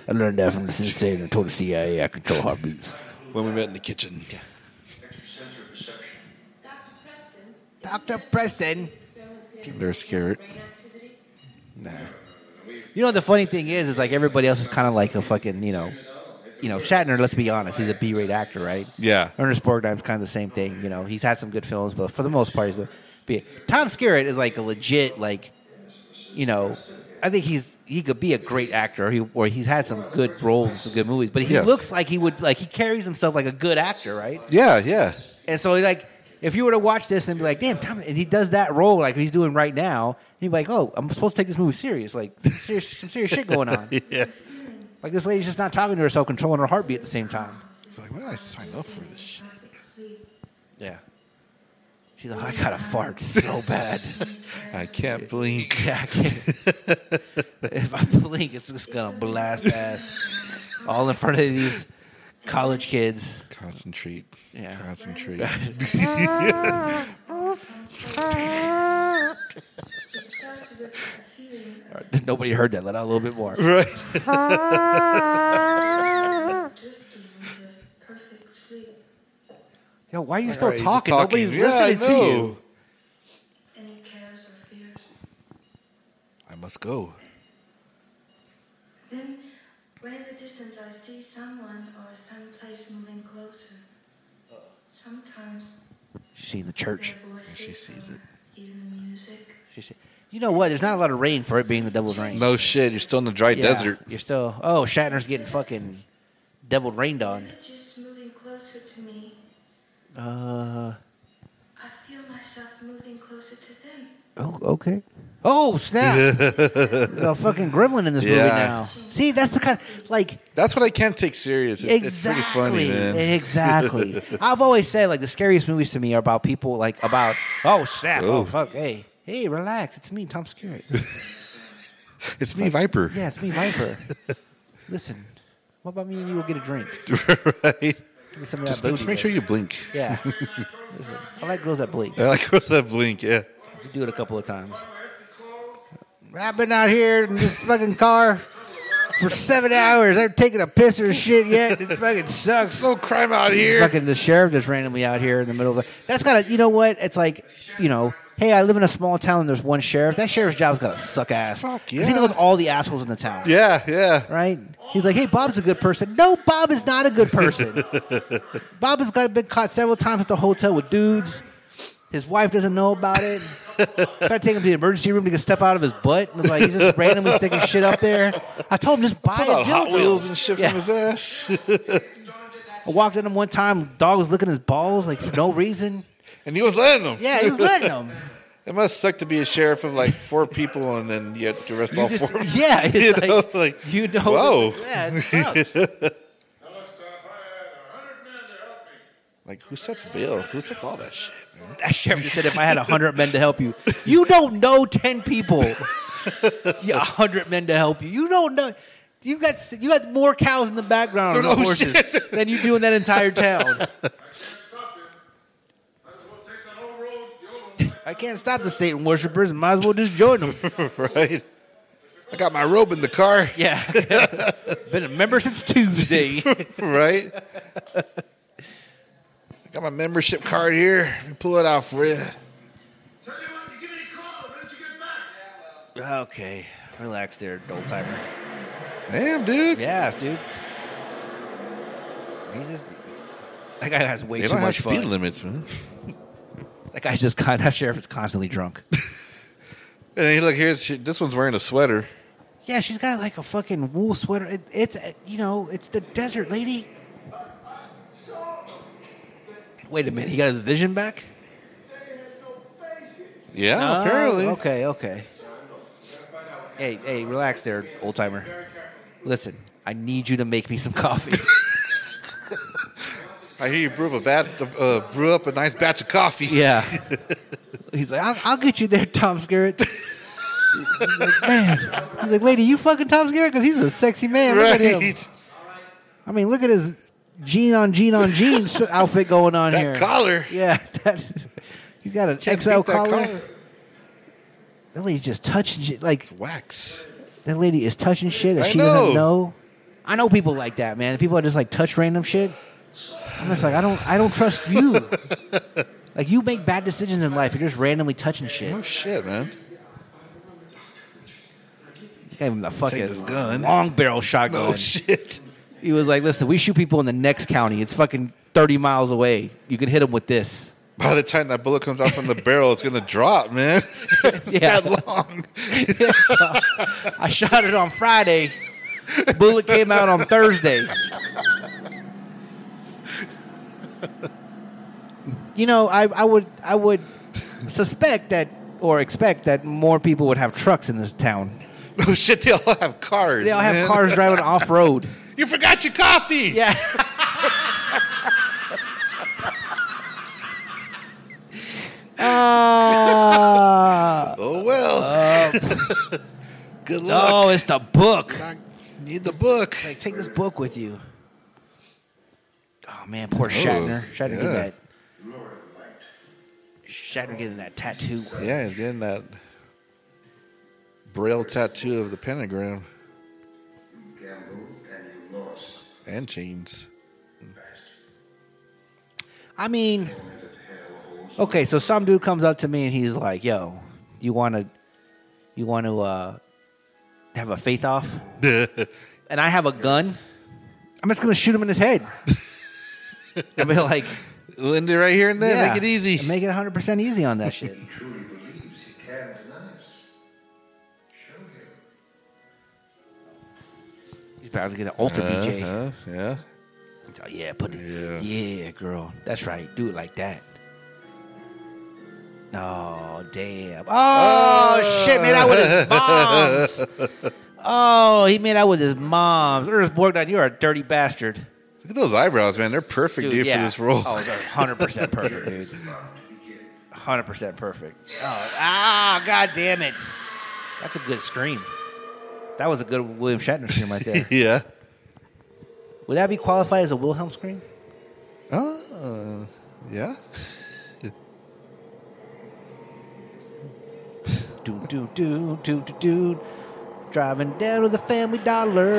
S1: I learned that from the sensei that told the CIA I control heartbeats.
S2: when we met in the kitchen.
S5: Extrasensory perception.
S7: Dr. Preston,
S1: Dr. Preston.
S7: experiments
S2: They're scared.
S7: brain activity.
S1: You know the funny thing is, is like everybody else is kind of like a fucking you know, you know Shatner. Let's be honest, he's a B-rate actor, right?
S2: Yeah.
S1: Ernest Borgnine's kind of the same thing. You know, he's had some good films, but for the most part, he's a B. Tom Skerritt is like a legit like, you know, I think he's he could be a great actor. He or he's had some good roles and some good movies, but he
S2: Yes.
S1: looks like he would like he carries himself like a good actor, right?
S2: Yeah, yeah.
S1: And so, like, if you were to watch this and be like, "Damn, Tom," and he does that role like he's doing right now, and you'd be like, "Oh, I'm supposed to take this movie serious. Like, some serious, some serious shit going on.
S2: Yeah.
S1: Like, this lady's just not talking to herself, controlling her heartbeat at the same time."
S2: Like, why did I sign up for this shit?
S1: Yeah. She's like, "I gotta fart so bad.
S2: I can't blink.
S1: Yeah, I can't. if I blink, it's just gonna blast ass all in front of these college kids."
S2: Concentrate.
S1: Yeah.
S2: Concentrate.
S7: It starts with a feeling of
S1: Nobody heard that. Let out a little bit more.
S2: right.
S7: drifting into perfect sleep,
S1: Yo, why are you still
S2: Alright, you're
S1: talking? Nobody's
S2: Yeah, I
S1: listening to
S2: know.
S1: you.
S7: any cares or fears.
S2: I must go.
S7: Then, way in the distance, I see someone or someplace moving closer. Sometimes
S1: She's in the church.
S7: their voices
S2: she sees
S7: or
S2: it.
S7: Even music.
S1: She said, "You know what? There's not a lot of rain for it being the devil's rain.
S2: No shit. You're still in the dry
S1: Yeah,
S2: desert.
S1: You're still. Oh, Shatner's getting fucking deviled rained on.
S7: Images moving closer to me.
S1: Uh.
S7: I feel myself moving closer to them.
S1: Oh, okay. Oh snap! There's a fucking gremlin in this movie
S2: Yeah.
S1: now. See, that's the kind of like
S2: That's what I can't take serious. It's,
S1: exactly,
S2: it's pretty funny, man.
S1: exactly. I've always said like the scariest movies to me are about people like about oh snap, oh
S2: Oh.
S1: fuck, hey, hey, relax, it's me, Tom Skerritt.
S2: It's me, Viper.
S1: Yeah, it's me, Viper. Listen, what about me and you will get a drink?
S2: right.
S1: Give me some of that
S2: Just, make- just
S1: booty
S2: make sure you blink.
S1: there. Yeah. Listen, I like girls that blink.
S2: I like what's that blink? Yeah.
S1: You do it a couple of times. I've been out here in this fucking car for seven hours. I haven't taken a piss or shit yet. It fucking sucks.
S2: No crime out here.
S1: Fucking the sheriff just randomly out here in the middle of the. That's gotta. You know what? It's like you know. Hey, I live in a small town and there's one sheriff. That sheriff's job's gotta suck ass.
S2: Fuck
S1: 'Cause He
S2: yeah.
S1: knows all the assholes in the town.
S2: Yeah, yeah.
S1: right? He's like, hey, Bob's a good person. No, Bob is not a good person. Bob has got been caught several times at the hotel with dudes. His wife doesn't know about it. Tried to take him to the emergency room to get stuff out of his butt. And was like, he's just randomly sticking shit up there. I told him just buy
S2: Pull
S1: a
S2: out Hot
S1: dildo.
S2: Wheels and shit
S1: Yeah.
S2: from his ass.
S1: I walked in him one time. Dog was licking his balls like for no reason.
S2: and he was letting them.
S1: Yeah, he was letting him.
S2: It must suck to be a sheriff of like four people and then you have to arrest all
S1: You just-
S2: four. of them.
S1: yeah, it's
S2: You
S1: like,
S2: know, like,
S1: you know.
S2: whoa.
S1: Yeah, it sucks.
S5: Now look, sir, if I had a hundred men to help me,
S2: Like, who sets bail? Who sets all that shit? man?
S1: That sheriff just said, if I had 100 men to help you, you don't know 10 people. Yeah, 100 men to help you. You don't know. You got you got more cows in the background on
S2: Oh,
S1: the horses
S2: shit.
S1: than you do in that entire town.
S5: I can't stop you. Might as well take the whole road, the old one.
S1: I can't stop the Satan worshipers. Might as well just join them.
S2: right? I got my robe in the car,
S1: Yeah, been a member since Tuesday.
S2: right? I got my membership card here. Let me pull it out for you.
S5: Tell you what, you give me a call, when did you get back? Yeah, well.
S1: okay, relax there, old timer.
S2: Damn, dude.
S1: Yeah, dude. He's just that guy has way
S2: They
S1: too
S2: don't have
S1: much fun.
S2: speed limits, man.
S1: That guy's just con- that sheriff is constantly drunk.
S2: And he look here's she, this one's wearing a sweater.
S1: Yeah, she's got like a fucking wool sweater. It, it's uh, you know, it's the desert lady. Wait a minute, he got his vision back.
S2: Yeah,
S1: Oh,
S2: apparently.
S1: Okay, okay. Hey, hey, relax there, old timer. Listen, I need you to make me some coffee.
S2: I hear you brew up a bat, uh, brew up a nice batch of coffee.
S1: yeah. He's like, I'll, I'll get you there, Tom Skerritt. He's like, man. He's like, lady, you fucking Tom Skerritt because he's a sexy man. Look at him.
S2: right.
S1: I mean, look at his jean on jean on jean s- outfit going on
S2: that
S1: here.
S2: collar.
S1: Yeah, that, he's got an
S2: Can't
S1: XL
S2: beat that
S1: collar. That lady just touching shit. Like
S2: Wax.
S1: that lady is touching shit that
S2: I
S1: she doesn't
S2: know.
S1: know. I know people like that, man. People that just like touch random shit. I'm just like, I don't, I don't trust you. like you make bad decisions in life. You're just randomly touching shit.
S2: Oh shit, man.
S1: Gave him the fucking
S2: this gun.
S1: long barrel shotgun.
S2: Oh shit.
S1: He was like, "Listen, we shoot people in the next county. It's fucking thirty miles away. You can hit them with this."
S2: By the time that bullet comes out from the barrel, it's gonna drop, man. it's
S1: Yeah.
S2: that long.
S1: So, I shot it on Friday. Bullet came out on Thursday. You know, I, I would I would suspect that or expect that more people would have trucks in this town.
S2: Oh shit, they all have cars.
S1: They all have
S2: man.
S1: cars driving off road.
S2: You forgot your coffee.
S1: Yeah. Ah.
S2: Oh well. Good luck.
S1: oh, it's the book.
S2: I need the book.
S1: Like, take this book with you. Oh man, poor Shatner. Shatner getting
S2: yeah.
S1: that. Shatner getting that tattoo.
S2: Yeah, he's getting that braille tattoo of the pentagram and chains.
S1: I mean, okay, so some dude comes up to me and he's like, "Yo, you want to, you want to uh, have a faith off?" and I have a gun. I'm just gonna shoot him in his head. I mean, like,
S2: Linda, right here and there.
S1: yeah,
S2: Make it easy.
S1: make it 100 percent easy on that shit.
S5: Truly believes he can deny us. Show him.
S1: He's about to get an ultra BJ.
S2: Uh-huh, yeah.
S1: So, yeah, put
S2: Yeah.
S1: it. Yeah. girl. That's right. Do it like that. Oh, damn. Oh, shit. Made out with his moms. oh, he made out with his moms. Ernest Borgnine, you're a dirty bastard.
S2: Look at those eyebrows, man. They're perfect, dude,
S1: yeah.
S2: for this role.
S1: Oh, they're 100% perfect, dude. 100% perfect. Oh, ah, god damn it. That's a good scream. That was a good William Shatner scream right there.
S2: yeah.
S1: Would that be qualified as a Wilhelm scream?
S2: Oh, yeah.
S1: Do do do do do do. Driving down with the family dollar.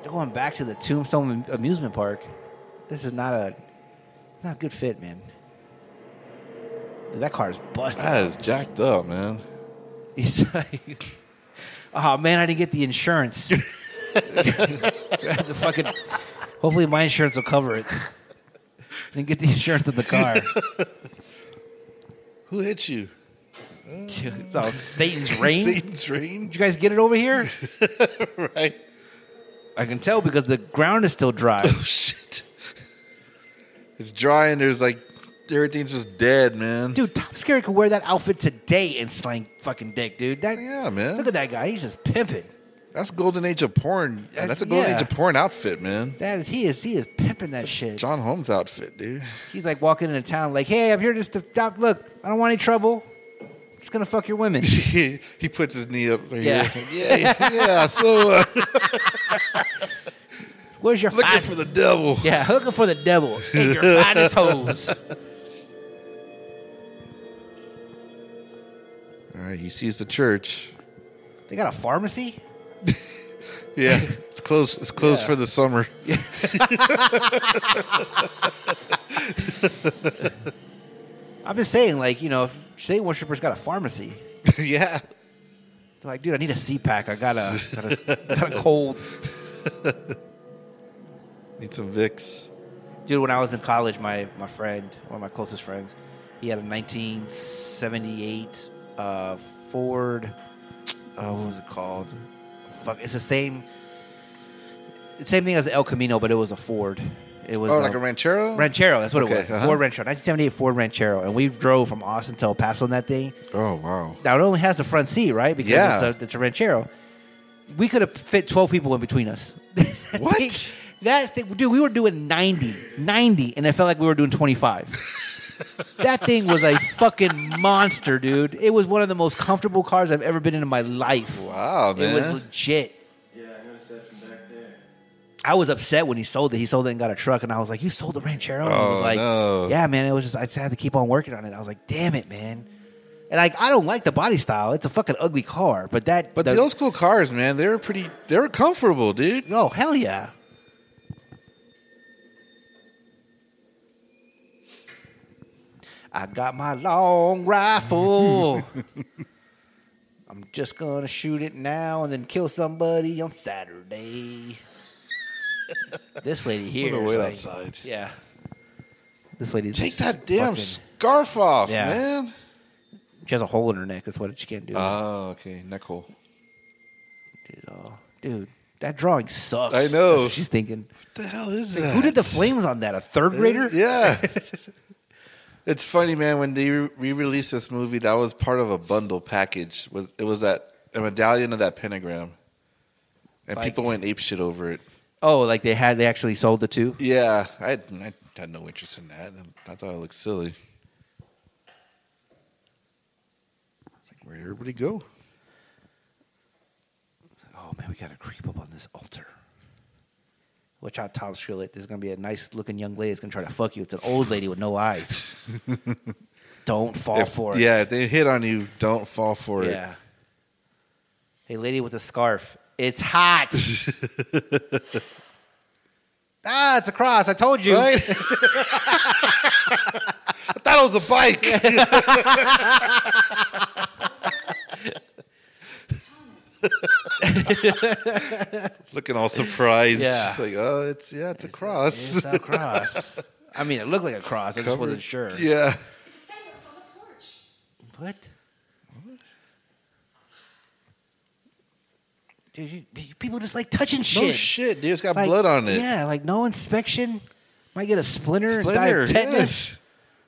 S1: They're going back to the Tombstone amusement park. This is not a not a good fit, man. Dude, that car is busted.
S2: That is jacked up, man.
S1: He's like, oh man, I didn't get the insurance. That's a fucking. Hopefully, my insurance will cover it. Then get the insurance of the car.
S2: Who hit you?
S1: Dude, it's all Satan's rain. Did
S2: Satan's rain?
S1: you guys get it over here?
S2: right.
S1: I can tell because the ground is still dry.
S2: Oh, shit. It's dry and there's like, everything's just dead, man.
S1: dude, Tom Skerritt could wear that outfit today and slang fucking dick, dude. That,
S2: Yeah, man.
S1: Look at that guy. He's just pimping.
S2: That's golden age of porn.
S1: That-
S2: That's a golden
S1: Uh, yeah.
S2: age of porn outfit, man.
S1: That is, he is, he is pimping that shit.
S2: John Holmes outfit, dude.
S1: He's like walking into town, like, hey, I'm here just to stop. Look, I don't want any trouble. I'm just gonna fuck your women.
S2: he puts his knee up. Right
S1: Yeah.
S2: here. yeah, yeah. So uh,
S1: Where's your
S2: looking
S1: fin-
S2: for the devil.
S1: Yeah, looking for the devil in your finest hose.
S2: All right, he sees the church.
S1: They got a pharmacy.
S2: Yeah, it's closed. It's closed
S1: Yeah.
S2: for the summer.
S1: I'm just saying, like, you know, if Satan worshippers got a pharmacy,
S2: yeah,
S1: they're like, dude, I need a CPAC. I got a, got a, got a cold.
S2: need some Vicks.
S1: Dude, when I was in college, my, my friend, one of my closest friends, he had a 1978 uh, Ford. Uh, what was it called? Fuck, it's the same. it's Same thing as the El Camino, but it was a Ford. It was
S2: Oh,
S1: a-
S2: like a ranchero.
S1: Ranchero, that's what
S2: Okay,
S1: it was.
S2: uh-huh.
S1: Ford Ranchero, 1978 Ford Ranchero, and we drove from Austin to El Paso in that thing.
S2: Oh wow.
S1: Now it only has the front seat, right? Because
S2: Yeah.
S1: it's, a, it's a Ranchero. We could have fit 12 people in between us. That
S2: What?
S1: thing- that thing, dude, we were doing 90, 90, and it felt like we were doing 25. that thing was a fucking monster, dude. It was one of the most comfortable cars I've ever been in in my life.
S2: Wow,
S1: It was
S2: man.
S1: legit.
S3: Yeah, I noticed that from back there.
S1: I was upset when he sold it. He sold it and got a truck, and I was like, "You sold the Ranchero?" And I
S2: Oh,
S1: was like,
S2: no.
S1: "Yeah, man." It was just I just had to keep on working on it. I was like, "Damn it, man!" And like I don't like the body style. It's a fucking ugly car, but that.
S2: But
S1: the-
S2: those cool cars, man, they were pretty. They were comfortable, dude.
S1: oh hell yeah! I got my long rifle. I'm just gonna shoot it now and then kill somebody on Saturday. this lady here,
S2: Wanna
S1: is
S2: wait
S1: like-
S2: outside.
S1: yeah. This lady's
S2: Take
S1: just
S2: that damn
S1: fucking-
S2: scarf off,
S1: Yeah.
S2: man.
S1: she has a hole in her neck. That's what she can't do.
S2: Oh, okay, not cool.
S1: She's all, dude, that drawing sucks.
S2: I know.
S1: That's what she's thinking.
S2: What the hell is
S1: Like,
S2: that? Uh,
S1: who did the flames on that? A third grader?
S2: Yeah. it's funny, man. When they re-released this movie, that was part of a bundle package. Was it was that a medallion of that pentagram, and
S1: Like-
S2: people went ape shit over it.
S1: Oh, like they had they actually sold the two.
S2: Yeah, I, I had no interest in that. and I thought it looked silly. It's like, where did everybody go?
S1: Oh man, we gotta creep up on this altar. Watch out, Tom Skrillet. There's gonna be a nice looking young lady that's gonna try to fuck you. It's an old lady with no eyes. Don't fall
S2: If-
S1: for it.
S2: Yeah, if they hit on you, don't fall for
S1: Yeah. Hey, lady with a scarf. It's hot. ah, it's a cross. I told
S2: it.
S1: you.
S2: Right? I thought it was a bike. Looking all surprised.
S1: Yeah.
S2: Like, oh, it's yeah, it's a
S1: It's
S2: cross.
S1: a cross. I mean, it looked like a cross. I just wasn't sure.
S2: yeah.
S4: It's the same that was on the porch.
S1: What? Dude, you, you- people just like touching shit.
S2: No shit, dude. It's got
S1: Like,
S2: blood on it.
S1: Yeah, like no inspection. Might get a splinter, and die
S2: Splinter.
S1: of tetanus.
S2: Yes.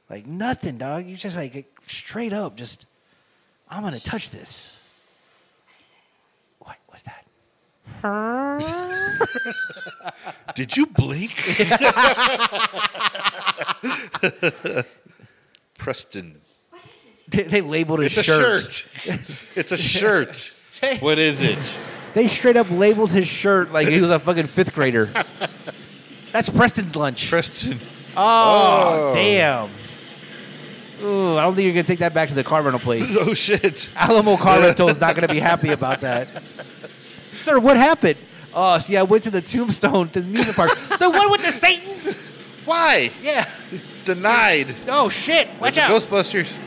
S1: Like nothing, dog. You just like straight up, just I'm gonna touch this. What? What's that?
S2: Did you blink? Preston.
S4: What is it?
S1: They, they labeled his
S2: It's a
S1: shirt.
S2: shirt. it's a shirt. What is it?
S1: They straight up labeled his shirt like he was a fucking fifth grader. That's Preston's lunch.
S2: Preston.
S1: Oh,
S2: Oh.
S1: damn. Ooh, I don't think you're gonna take that back to the car rental place.
S2: Oh shit.
S1: Alamo Car Rental is not going to be happy about that. Sir, what happened? Oh, see, I went to the tombstone to the amusement park. the one with the Satans?
S2: Why?
S1: Yeah.
S2: Denied.
S1: Oh, shit. Watch
S2: There's a
S1: out.
S2: Ghostbusters.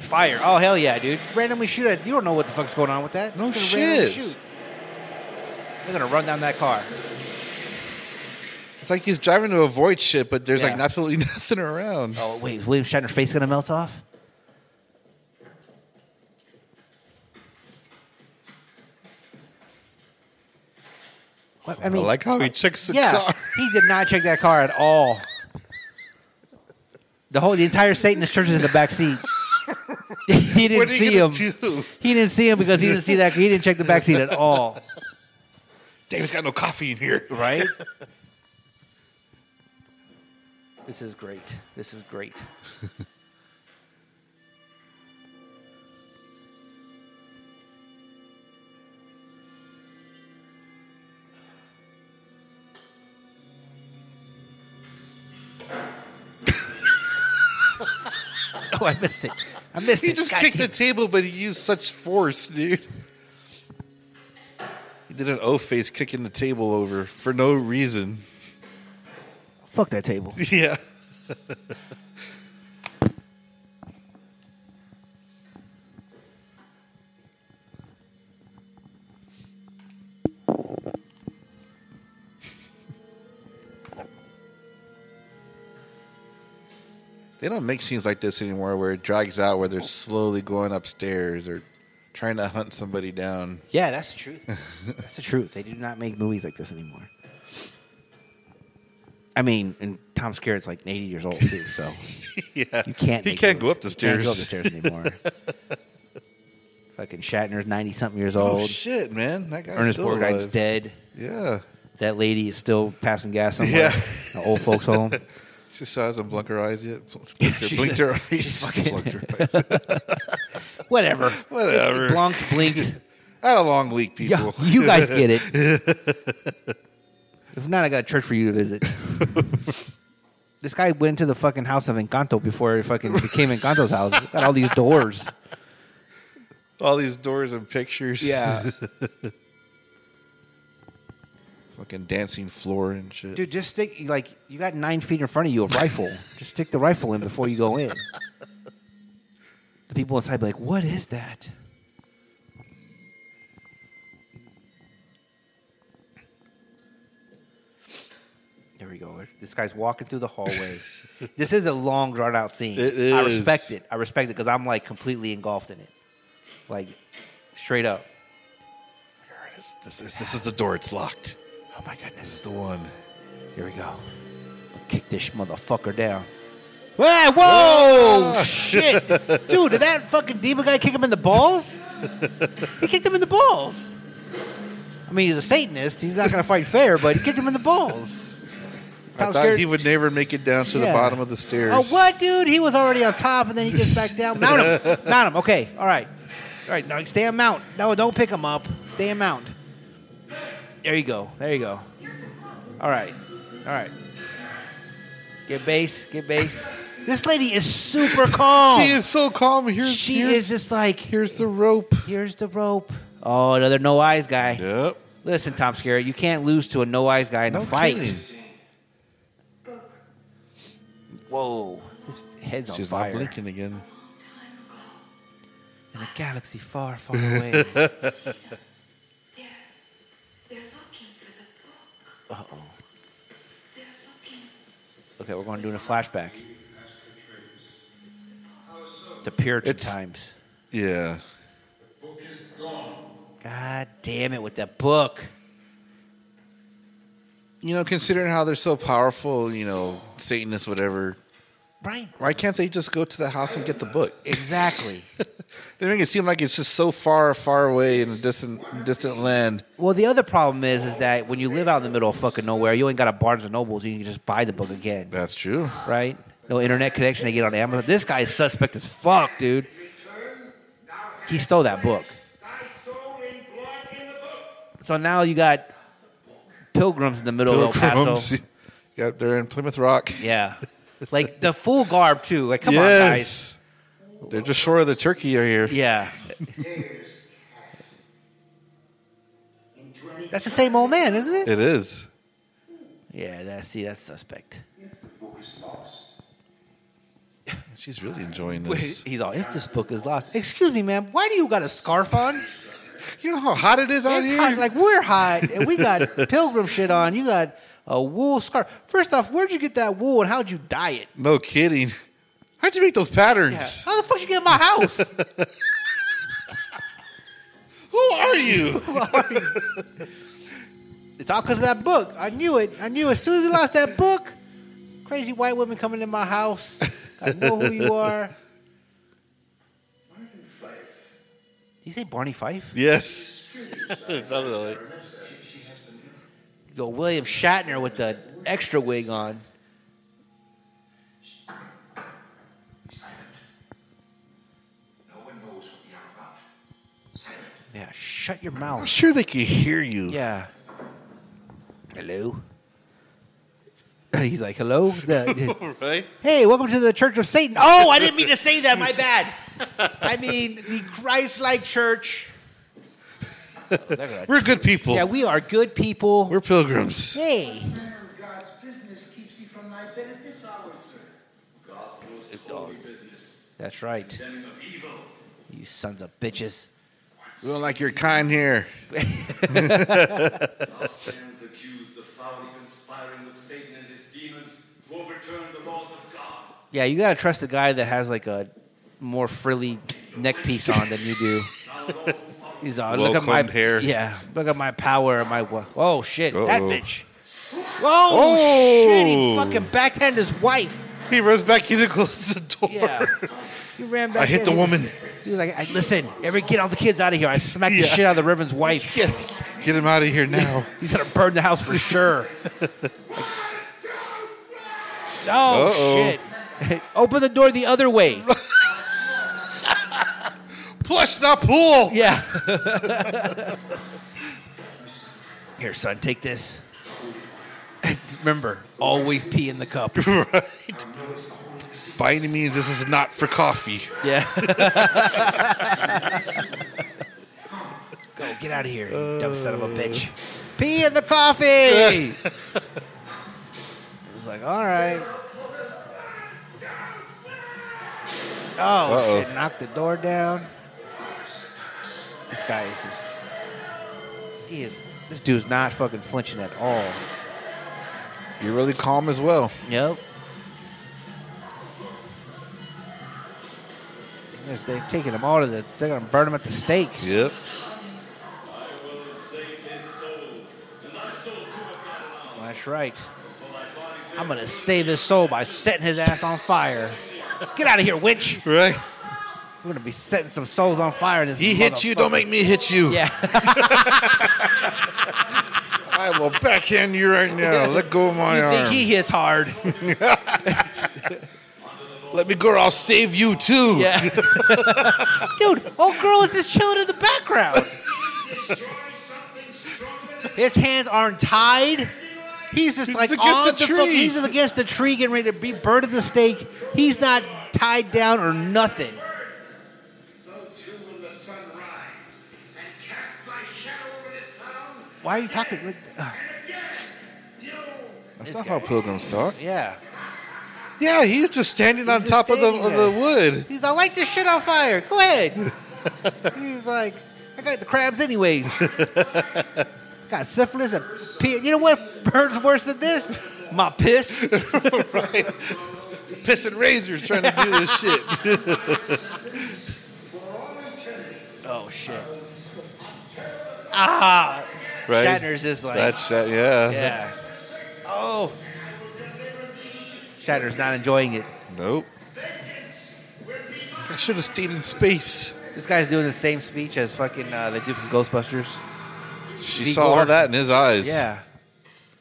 S1: Fire. Oh, hell yeah, dude. Randomly shoot at You don't know what the fuck's going on with that.
S2: No
S1: Just gonna randomly
S2: shit.
S1: shoot. They're going to run down that car.
S2: It's like he's driving to avoid shit, but there's like
S1: Yeah.
S2: absolutely nothing around.
S1: Oh, wait. Is William Shatner's face going to melt off? What? I
S2: I
S1: mean, uh,
S2: like how he checks the
S1: yeah,
S2: car.
S1: he did not check that car at all. The whole, the entire Satanist church is in the back seat. he didn't
S2: What are
S1: see
S2: you
S1: him.
S2: gonna do?
S1: He didn't see him because he didn't see that. He didn't check the back seat at all.
S2: David's got no coffee in here.
S1: Right? this is great. This is great. oh, I missed it. I missed
S2: He
S1: it.
S2: just
S1: God
S2: kicked
S1: damn-
S2: the table, but he used such force, dude. He did an O face kicking the table over for no reason.
S1: Fuck that table.
S2: Yeah. They don't make scenes like this anymore where it drags out where they're slowly going upstairs or trying to hunt somebody down.
S1: Yeah, that's the truth. that's the truth. They do not make movies like this anymore. I mean, and Tom Skerritt's like 80 years old too, so
S2: Yeah.
S1: you can't.
S2: He
S1: make
S2: can't go
S1: movies.
S2: up the
S1: You can't
S2: stairs.
S1: go up the stairs anymore. Fucking Shatner's 90 something years
S2: Oh
S1: old.
S2: shit, man. That guy's
S1: Ernest
S2: still
S1: Borgnine's
S2: alive.
S1: dead.
S2: Yeah.
S1: That lady is still passing gas somewhere.
S2: Yeah.
S1: An old folks home.
S2: She still hasn't blinked her eyes yet. Blinked her,
S1: she's-
S2: blinked her
S1: she's
S2: eyes.
S1: fucking-
S2: Blinked her eyes.
S1: Whatever.
S2: Whatever.
S1: Blanc blinked.
S2: I had a long week,
S1: Yeah,
S2: people.
S1: you guys get it. if not, I got a church for you to visit. this guy went to the fucking house of Encanto before it fucking became Encanto's house. Look at all these doors.
S2: All these doors and pictures.
S1: Yeah.
S2: Fucking dancing floor and shit.
S1: Dude, just stick like you got nine feet in front of you a rifle. just stick the rifle in before you go in. The people inside be like, "What is that?" There we go. This guy's walking through the hallway. this is a long, drawn out scene.
S2: It
S1: I
S2: is.
S1: respect it. I respect it because I'm like completely engulfed in it, like straight up.
S2: This, this, is- this is the door. It's locked.
S1: Oh my goodness.
S2: The one.
S1: Here we go. Kick this motherfucker down. Hey, whoa! Shit! Dude, did that fucking demon guy kick him in the balls? he kicked him in the balls. I mean, he's a Satanist. He's not going to fight fair, but he kicked him in the balls.
S2: I
S1: Tom
S2: thought
S1: Skerritt-
S2: he would never make it down to
S1: Yeah.
S2: the bottom of the stairs.
S1: Oh, what, dude? He was already on top, and then he gets back down. Mount him. Mount him. Okay. All right. All right. Now stay on mount. No, don't pick him up. Stay on mount. There you go. There you go. All right. All right. Get base. Get base. this lady is super calm.
S2: She is so calm. Here's
S1: She
S2: here's,
S1: is just like,
S2: here's the rope.
S1: here's the rope. Oh, another no eyes guy.
S2: Yep.
S1: Listen, Tom Skerritt, you can't lose to a no eyes guy in a
S2: No
S1: fight.
S2: kidding.
S7: Book.
S1: Whoa. His head's on
S2: She's
S1: fire.
S2: not blinking again.
S7: Time ago.
S1: In a galaxy far, far away.
S7: They're, they're looking for the book.
S1: Uh oh.
S7: They're looking.
S1: Okay, we're going to do a flashback to Puritan
S2: It's-
S1: times.
S2: Yeah.
S1: God damn it with that book.
S2: You know, considering how they're so powerful, you know, Satanists, whatever.
S1: Right.
S2: Why can't they just go to the house and get the book?
S1: Exactly.
S2: They make it seem like it's just so far, far away in a distant, distant land.
S1: well, the other problem is is that when you live out in the middle of fucking nowhere, you ain't got a Barnes and Nobles. You can just buy the book again,
S2: That's true.
S1: right? No internet connection. They get on Amazon. This guy is suspect as fuck, dude. He stole that book. So now you got pilgrims in the middle of El Paso.
S2: Pilgrims. Yeah, they're in Plymouth Rock.
S1: Yeah. Like the full garb too. Like come on guys.
S2: yes. They're just short of the turkey right here.
S1: Yeah.
S6: Years passed. In 20
S1: That's the same old man, isn't it?
S2: It is.
S1: Yeah, that's see, that's suspect.
S2: She's really enjoying this.
S1: He's all if this book is lost. Excuse me, ma'am, why do you got a scarf on? It's
S2: You know how hot it is out here?
S1: hot, like we're hot and we got pilgrim shit on. You got a wool scarf. First off, where'd you get that wool and how'd you dye it?
S2: no kidding. How'd you make those patterns?
S1: How the fuck you get in my house?
S2: Who are you?
S1: it's all because of that book. I knew it. I knew as soon as we lost that book, crazy white women coming in my house. I know who you are. Did you say Barney Fife?
S2: yes. That's what it sounded like.
S1: You go William Shatner with the extra wig on. Yeah, shut your
S2: I'm
S1: mouth.
S2: sure they could hear you.
S1: Yeah. Hello. He's like, hello. The- the-
S2: Right?
S1: hey, welcome to the Church of Satan. Oh, I didn't mean to say that. My bad. I mean the Christ-like church.
S2: We're good people.
S1: Yeah, we are good people.
S2: We're pilgrims.
S1: hey.
S5: God's business keeps me from my benefit hours, sir.
S3: God's most holy business.
S1: That's right.
S3: Condemning of evil.
S1: You sons of bitches.
S2: We don't like your kind here.
S3: Thou stands accused of foully conspiring with Satan and his demons to overturn the laws of God.
S1: Yeah, you gotta trust the guy that has like a more frilly neck piece on than you do.
S3: Thou Lord, follow
S1: He's all, look at my
S2: Well-combed hair."
S1: Yeah, look at my power and my wo- oh shit, that
S2: Uh-oh.
S1: bitch. Whoa,
S2: Oh!
S1: shit! He fucking backhanded his wife.
S2: He runs back in and closes the door.
S1: Yeah, he ran back.
S2: I hit
S1: in.
S2: the
S1: He was-
S2: woman.
S1: he was like, I, "Listen, every get all the kids out of here." I smacked the shit out of the Reverend's wife.
S2: Get, get him out of here now.
S1: He's gonna burn the house for sure. oh
S2: Uh-oh.
S1: shit! Open the door the other way.
S2: Flush the pool.
S1: Yeah. Here, son, take this. Remember, always pee in the cup.
S2: right. By any means, this is not for coffee.
S1: Yeah. Go, get out of here, you dumb son of a bitch. Uh. Pee in the coffee! it was like, all right. Oh,
S2: Uh-oh.
S1: shit. Knocked the door down. This guy is just. He is. This dude's not fucking flinching at all.
S2: You're really calm as well.
S1: Yep. Yes, They're taking him all to the. They're gonna burn him at the stake.
S2: Yep.
S3: I will save his soul, and thy soul too, Abdallah.
S1: That's right.
S3: For thy body
S1: I'm gonna save his soul by setting his ass on fire. Get out of here, witch!
S2: Right.
S1: We're gonna be setting some souls on fire. in This
S2: He hit you. Don't
S1: motherfucker.
S2: make me hit you.
S1: Yeah,
S2: I will backhand you right now. Let go of my
S1: you
S2: arm.
S1: think he hits hard?
S2: Let me go. I'll save you too.
S1: Yeah, dude, old girl is just chilling in the background. His hands aren't tied. He's just
S2: He's
S1: like
S2: against
S1: on
S2: a
S1: the fu-
S2: tree.
S1: he's just against the tree, getting ready to be burned at the stake. He's not tied down or nothing.
S5: So too will the sun rise and cast thy shadow over this town.
S1: Why are you talking? Like, uh,
S2: That's
S1: This
S2: not
S1: guy.
S2: how pilgrims talk.
S1: yeah,
S2: Yeah, he's just standing on
S1: just
S2: top
S1: standing
S2: of the of the
S1: there.
S2: wood.
S1: he's like light this shit on fire. Go ahead. he's like, I got the crabs anyways. got syphilis and pee. You know what? Burns worse than this. My piss.
S2: right. Pissing razors trying to do this shit.
S1: Oh shit. Ah,
S2: Right.
S1: Shatner's just like
S2: That's that.
S1: yeah.
S2: Yeah. That's-
S1: Oh, Shatner's not enjoying it.
S2: Nope. I should have stayed in space.
S1: This guy's doing the same speech as fucking uh, they do from Ghostbusters.
S2: She
S1: Vigor.
S2: saw all that in his eyes.
S1: Yeah,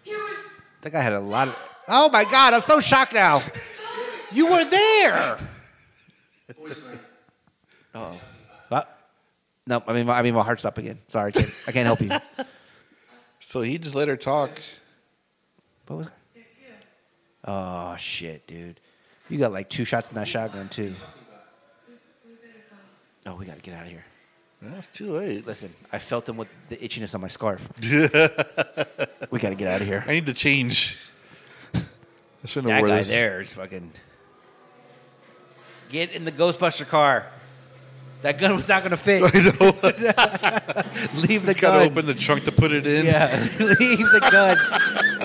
S4: You was
S1: that guy had a lot of. Oh my god, I'm so shocked now. You were there. Oh, what? No, I mean, my, I mean, my heart stopped again. Sorry, I can't, I can't help you.
S2: So he just let her talk.
S1: What was? Oh shit, dude! You got like two shots in that shotgun too. Oh, we gotta get out of here.
S2: That's too late.
S1: Listen, I felt them with the itchiness on my scarf. we gotta get out of here.
S2: I need to change. I shouldn't have
S1: That
S2: worn
S1: guy
S2: this.
S1: there is fucking. Get in the Ghostbuster car. That gun was not gonna fit.
S2: I know.
S1: Leave the
S2: Just gotta
S1: gun.
S2: open the trunk to put it in.
S1: Yeah, leave the gun.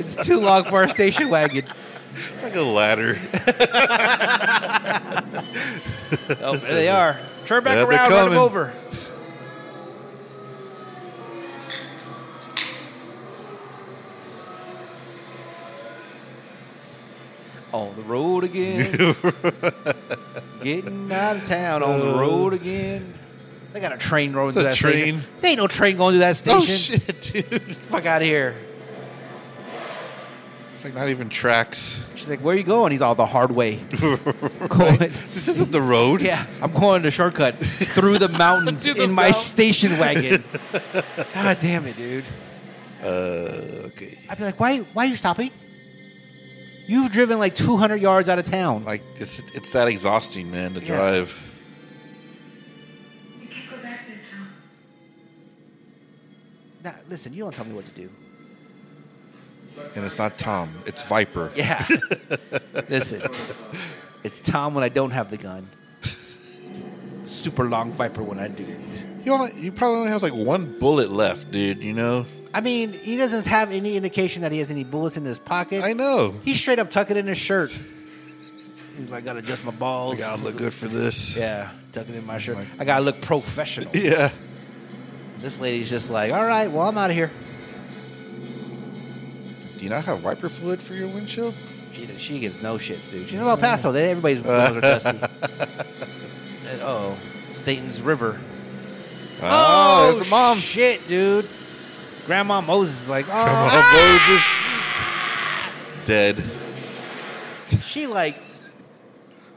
S1: It's too long for our station wagon.
S2: It's like a ladder.
S1: Oh, there they are. Turn back
S2: Yeah, they're
S1: around, run them
S2: coming.
S1: over. On the road again. Getting out of town on the road again. They got a train rolling through that
S2: Uh. It's a
S1: station.
S2: train.
S1: There ain't no train going through that station.
S2: oh shit, dude!
S1: Fuck out of here.
S2: It's like not even tracks.
S1: She's like, where are you going? He's all the hard way. Going.
S2: This isn't the road.
S1: Yeah, I'm going the shortcut through the mountains
S2: Through the
S1: in my
S2: mountains.
S1: station wagon. God damn it, dude.
S2: Uh, okay.
S1: I'd be like, why, why are you stopping? You've driven like 200 yards out of town.
S2: Like it's it's that exhausting, man, to
S1: Yeah.
S2: drive.
S7: We can't go back there, Tom.
S1: Nah, listen, you don't tell me what to do.
S2: And it's not Tom. It's Viper.
S1: Yeah. listen, it's Tom when I don't have the gun. Super long Viper when I do.
S2: You only, you probably only have like one bullet left, dude. You know.
S1: I mean, he doesn't have any indication that he has any bullets in his pocket.
S2: I know.
S1: He's straight up tucking in his shirt. He's like, gotta adjust my
S2: I
S1: balls.
S2: gotta look good for this.
S1: Yeah, tucking in my shirt. I gotta look professional.
S2: Yeah.
S1: This lady's just like, all right, well, I'm out of here.
S2: Do you not have wiper fluid for your windshield?
S1: She she gives no shits, dude. She's from El Paso. They, everybody's windows are dusty. Oh, Satan's River.
S2: Oh, there's the mom.
S1: Shit, dude. Grandma Moses is like, oh,
S2: Moses. Dead.
S1: she like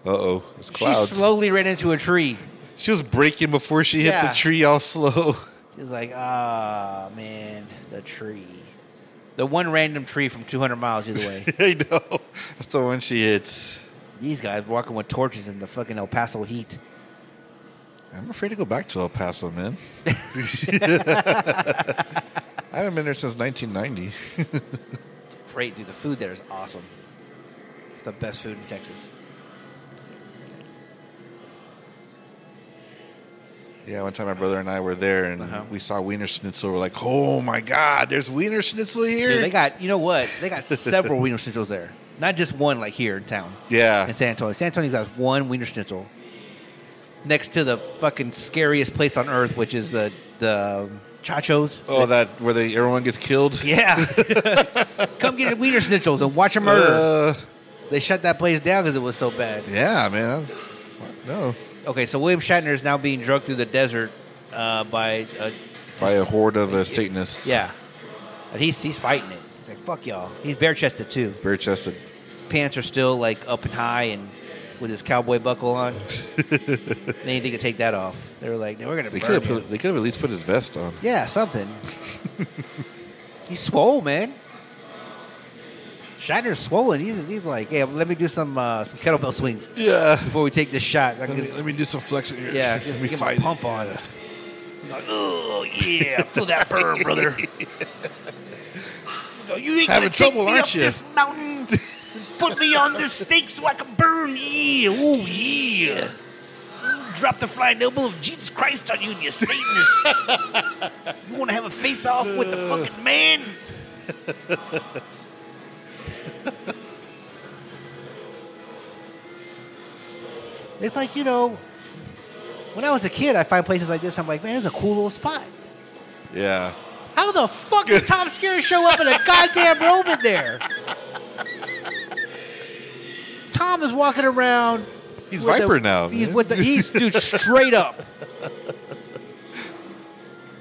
S2: Uh oh. It's
S1: she
S2: clouds.
S1: slowly ran into a tree.
S2: She was breaking before she hit
S1: Yeah.
S2: the tree all slow.
S1: He's like, ah, man, the tree. The one random tree from 200 miles either way.
S2: I know. That's the one she hits.
S1: These guys walking with torches in the fucking El Paso heat.
S2: I'm afraid to go back to El Paso, man. I haven't been there since 1990.
S1: Great, dude. The food there is awesome. It's the best food in Texas.
S2: Yeah, one time my brother and I were there and
S1: Uh-huh.
S2: we saw Wiener Schnitzel. We're like, oh my God, there's Wiener Schnitzel here.
S1: Dude, they got, you know what? They got several Wiener Schnitzels there. Not just one like here in town
S2: yeah.
S1: in San Antonio. San Antonio's got one Wiener Schnitzel next to the fucking scariest place on earth, which is the, the um, Chachos.
S2: Oh, that where they everyone gets killed.
S1: Yeah. Come get Wiener Schnitzels and watch a murder.
S2: Uh,
S1: They shut that place down because it was so bad.
S2: yeah, man. That's fuck no.
S1: Okay, so William Shatner is now being drugged through the desert uh, by, uh,
S2: By a horde of uh, Satanists.
S1: yeah, and he's he's fighting it. He's like, "Fuck y'all." He's bare chested too.
S2: Bare chested.
S1: Pants are still like up and high and with his cowboy buckle on. they didn't think to take that off. They were like, "No, we're gonna
S2: They
S1: burn
S2: could have
S1: him."
S2: put, they could have at least put his vest on.
S1: Yeah, something. he's swole, man. Shatner's swollen. He's he's like, "Yeah, let me do some uh, some kettlebell swings
S2: Yeah.
S1: before we take this shot." I
S2: Let
S1: can
S2: me,
S1: just-
S2: let me do some flexing here.
S1: Yeah, just
S2: let me
S1: give
S2: fight.
S1: him a pump on. He's like, oh yeah, feel that burn, brother. so you ain't gonna
S2: Having
S1: take
S2: trouble,
S1: me
S2: aren't
S1: up
S2: you?
S1: This mountain, put me on this stake so I can burn. Yeah, oh yeah. Drop the flying elbow of Jesus Christ on you and your Satanist. you want to have a face off with the fucking man? It's like, you know, when I was a kid, I find places like this. I'm like, man, this is a cool little spot.
S2: Yeah.
S1: How the fuck did Tom Skerritt show up in a goddamn robe in there? Tom is walking around.
S2: He's
S1: with
S2: Viper
S1: the-
S2: now.
S1: He's
S2: man.
S1: with the he's dude straight up.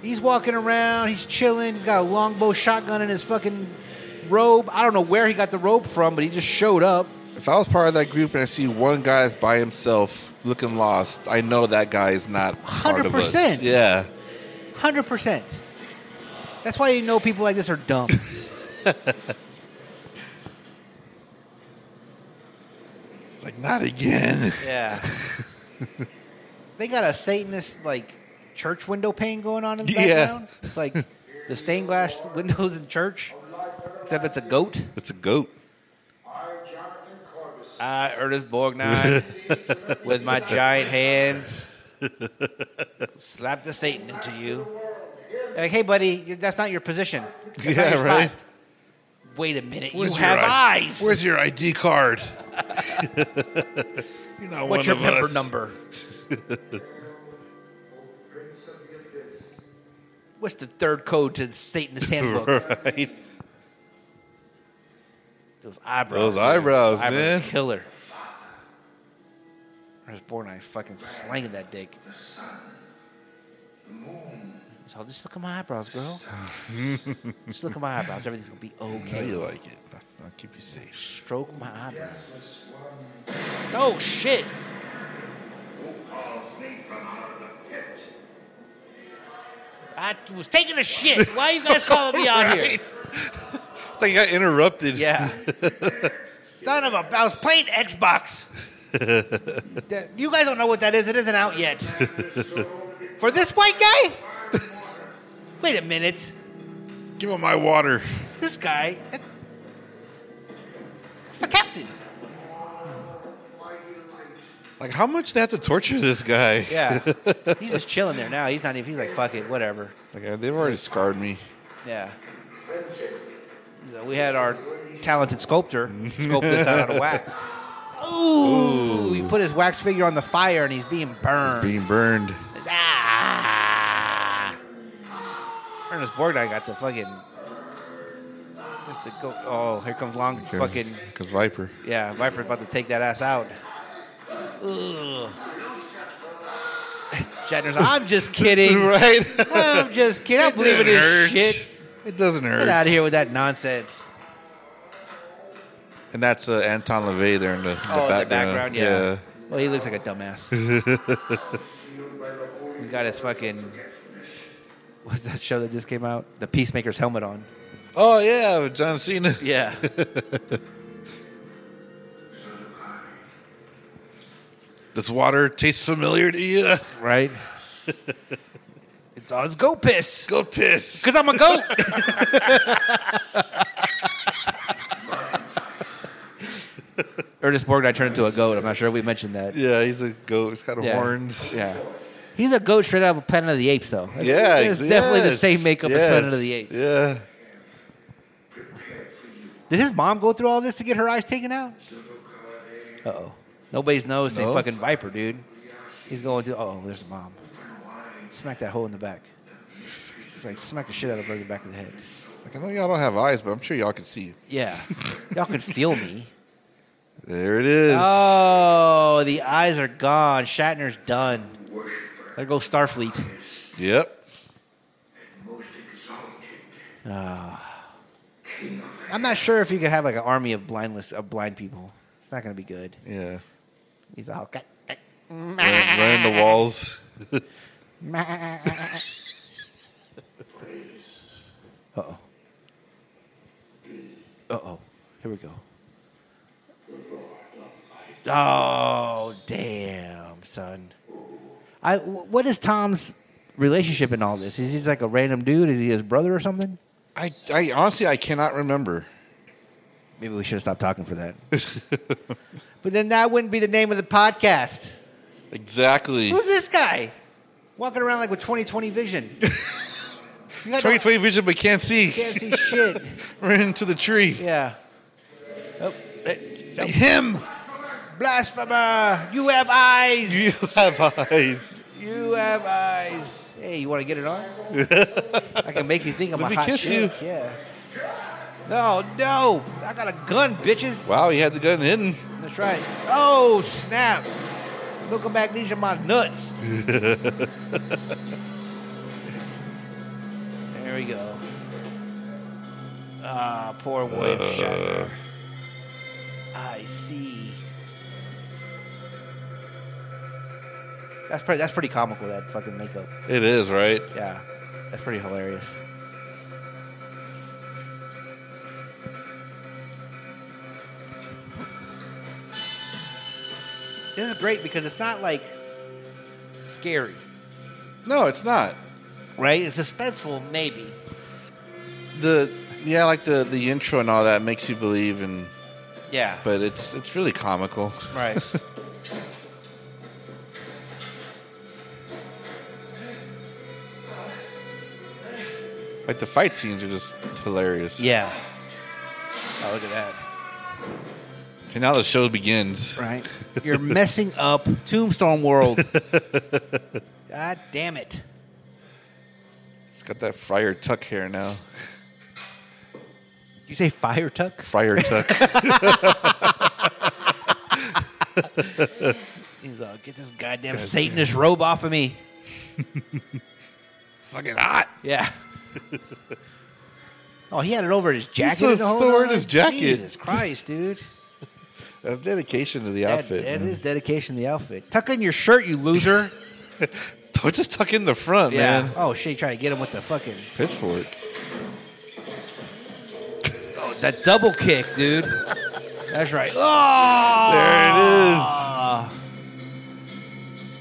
S1: He's walking around. He's chilling. He's got a longbow shotgun in his fucking robe. I don't know where he got the robe from, but he just showed up.
S2: If I was part of that group and I see one guy that's by himself looking lost, I know that guy is not part of us.
S1: 100%.
S2: Yeah.
S1: Hundred percent. That's why you know people like this are dumb.
S2: It's like not again.
S1: Yeah. they got a Satanist like church window pane going on in the
S2: Yeah.
S1: background. It's like the stained glass windows in church, except it's a goat.
S2: It's a goat.
S5: I, Jonathan Corbis,
S1: I, Ernest Borgnine, with my giant hands, slap the Satan into you. Like, hey, buddy, you- that's not your position. That's not
S2: Yeah,
S1: your spot."
S2: right.
S1: Wait a minute,
S2: Where's
S1: you
S2: your
S1: have
S2: I-
S1: eyes.
S2: Where's your ID card? You're not
S1: What's
S2: one
S1: your
S2: of
S1: member
S2: us.
S1: number?
S5: Prince of the Abyss.
S1: What's the third code to Satanist handbook?
S2: Right.
S1: Those eyebrows.
S2: Those eyebrows,
S1: Eyebrow
S2: man.
S1: Killer. I was born, I fucking slanging that dick.
S5: The sun, the moon,
S1: So just look at my eyebrows, girl. just look at my eyebrows. Everything's gonna be
S2: How
S1: okay.
S2: you like it? I'll keep you safe.
S1: Stroke my eyebrows. Oh shit!
S5: who calls me from out of the pit?
S1: I was taking a shit. Why are you guys calling me out here?
S2: Right. Thing got interrupted.
S1: Yeah. Son of a! I was playing Xbox. That- you guys don't know what that is. It isn't out yet. For this white guy? Wait a minute.
S2: Give him my water.
S1: This guy. that- That's the captain.
S2: Like, how much they have to torture this guy?
S1: Yeah. he's just chilling there now. He's not even. He's like, fuck it, whatever.
S2: Like, uh, they've already scarred me.
S1: Yeah. So we had our talented sculptor sculpt this out of wax. Ooh, He put his wax figure on the fire and he's being burned.
S2: Being burned.
S1: Ah! Ernest Borgnine got the fucking. Just to go. Oh, here comes long fucking.
S2: Because Viper.
S1: Yeah, Viper's about to take that ass out. Ugh. Shatner's like, I'm just kidding.
S2: right?
S1: I'm just kidding. I
S2: It
S1: believe in
S2: doesn't
S1: this
S2: hurt.
S1: shit.
S2: It doesn't hurt.
S1: Get out of here with that nonsense.
S2: And that's uh, Anton LaVey there in the, in the
S1: oh,
S2: background.
S1: in the background, yeah. Well, he looks like a dumbass. He's got his fucking. What's that show that just came out? The Peacemaker's helmet on.
S2: Oh yeah, with John Cena.
S1: Yeah.
S2: Does water taste familiar to you?
S1: right? It's all it's goat piss.
S2: Go piss.
S1: Because I'm a goat. Ernest Borgnine turned into a goat. I'm not sure if we mentioned that.
S2: Yeah, he's a goat. He's got
S1: Yeah.
S2: horns.
S1: Yeah. He's a goat straight out of Planet of the Apes, though. That's,
S2: Yeah,
S1: It's definitely the
S2: yes,
S1: same makeup as Planet of
S2: yes,
S1: the Apes.
S2: Yeah.
S1: Did his mom go through all this to get her eyes taken out? Uh oh. Nobody's nose say
S2: No.
S1: fucking Viper, dude. He's going to. Oh, there's the mom. Smack that hole in the back. It's like smack the shit out of her in the back of the head.
S2: Like, I know y'all don't have eyes, but I'm sure y'all can see.
S1: Yeah. Y'all can feel me.
S2: There it is.
S1: Oh, the eyes are gone. Shatner's done. There goes Starfleet.
S2: Yep.
S1: I'm not sure if you could have like an army of blindless of blind people. It's not gonna be good.
S2: Yeah.
S1: He's all cut.
S2: Run, run the walls.
S1: Uh oh. Uh oh. Here we go. Oh damn, son. I. wh- What is Tom's relationship in all this? Is he just like a random dude? Is he his brother or something?
S2: I, I honestly I cannot remember.
S1: Maybe we should have stopped talking for that. but then that wouldn't be the name of the podcast.
S2: Exactly.
S1: Who's this guy? Walking around like with 2020 vision. You got no-
S2: 2020 vision, but can't see.
S1: can't see shit.
S2: Ran into the tree.
S1: Yeah. Oh, eh,
S2: Him.
S1: Blasphemer! You have eyes!
S2: You have eyes.
S1: You have eyes. Hey, you want to get it on? I can make you think I'm
S2: Let
S1: a
S2: me
S1: hot
S2: kiss
S1: chick. Yeah. No, no. I got a gun, bitches.
S2: Wow, he had the gun hidden.
S1: That's right. Oh, snap. Look back, these are my nuts. there we go. Ah, poor William Shatner. I see. That's pretty. That's pretty comical. That fucking makeup.
S2: It is right.
S1: Yeah, that's pretty hilarious. This is great because it's not like scary,
S2: No, it's not.
S1: right? It's suspenseful, maybe.
S2: The yeah, like the the intro and all that makes you believe, and
S1: Yeah.
S2: but it's it's really comical.
S1: right.
S2: Like the fight scenes are just hilarious.
S1: yeah. Oh, look at that.
S2: So now the show begins.
S1: Right. You're messing up Tombstone World. God damn it.
S2: It's got that Friar Tuck hair now.
S1: You say fire tuck?
S2: Friar Tuck.
S1: He's all, get this goddamn Satanist robe off of me.
S2: it's fucking hot.
S1: Yeah. oh, he had it over his jacket.
S2: still-
S1: the whole
S2: still wearing
S1: time?
S2: his jacket.
S1: Jesus Christ, dude.
S2: That's dedication to the
S1: That-
S2: outfit.
S1: that
S2: man.
S1: is dedication to the outfit. Tuck in your shirt, you loser.
S2: Don't just tuck in the front,
S1: yeah.
S2: man.
S1: Oh shit, trying to get him with the fucking
S2: Pitchfork.
S1: oh, that double kick, dude. That's right. Oh,
S2: There it is.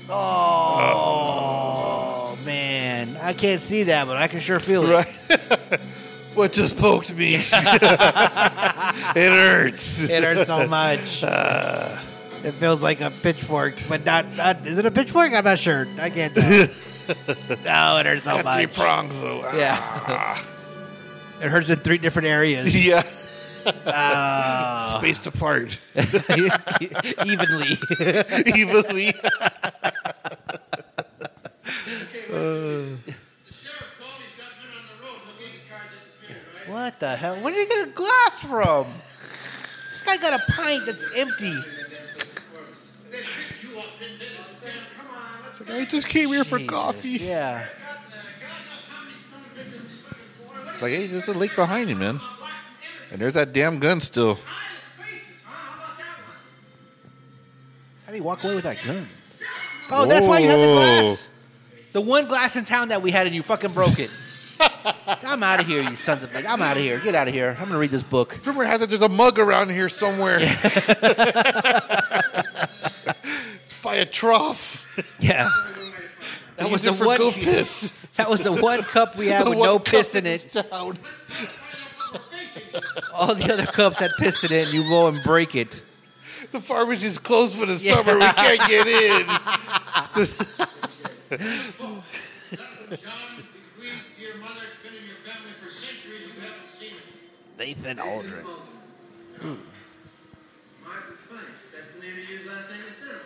S1: Oh, man, I can't see that, but I can sure feel it.
S2: Right. what just poked me? it hurts.
S1: It hurts so much. it feels like a pitchfork, but not, not. Is it a pitchfork? I'm not sure. I can't tell. no, it hurts so
S2: Got three
S1: much.
S2: prongs though.
S1: Yeah. it hurts in three different areas.
S2: yeah.
S1: Ah.
S2: Spaced apart
S1: Evenly.
S2: evenly.
S5: The sheriff called. He's got men on the road looking at the car disappeared, right?
S1: what the hell? Where did you get a glass from? This guy got a pint that's empty.
S5: They picked you up and did it. Damn, come on. Let's
S2: I just came here for
S1: Jesus.
S2: coffee.
S1: Yeah.
S5: God knows how many son of bitches he's looking for. What
S2: It's
S5: is
S2: like, hey, there's a lake behind you, man.
S5: my wife and energy?
S2: And there's that damn gun still.
S5: Hide his faces, huh? How about that one?
S1: How do you walk away with that gun? Oh, that's why you had the
S2: Whoa.
S1: glass. The one glass in town that we had, and you fucking broke it. I'm out of here, you sons of bitch. I'm out of here. Get out of here. I'm gonna read this book.
S2: Rumor has it there's a mug around here somewhere. it's by a trough.
S1: Yeah.
S2: That was
S1: the
S2: for
S1: one-
S2: go piss.
S1: That was the one cup we had
S2: The
S1: with
S2: one
S1: no
S2: cup
S1: piss in
S2: that's
S1: it.
S2: down.
S1: All the other cups had piss in it, and you go and break it.
S2: The pharmacy's closed for the summer. We can't get in.
S5: John, bequeathed to your mother, it's been in your family for centuries, you haven't seen it.
S1: Nathan Aldrin.
S5: Martin Fine, that's the name you used last name in cinema.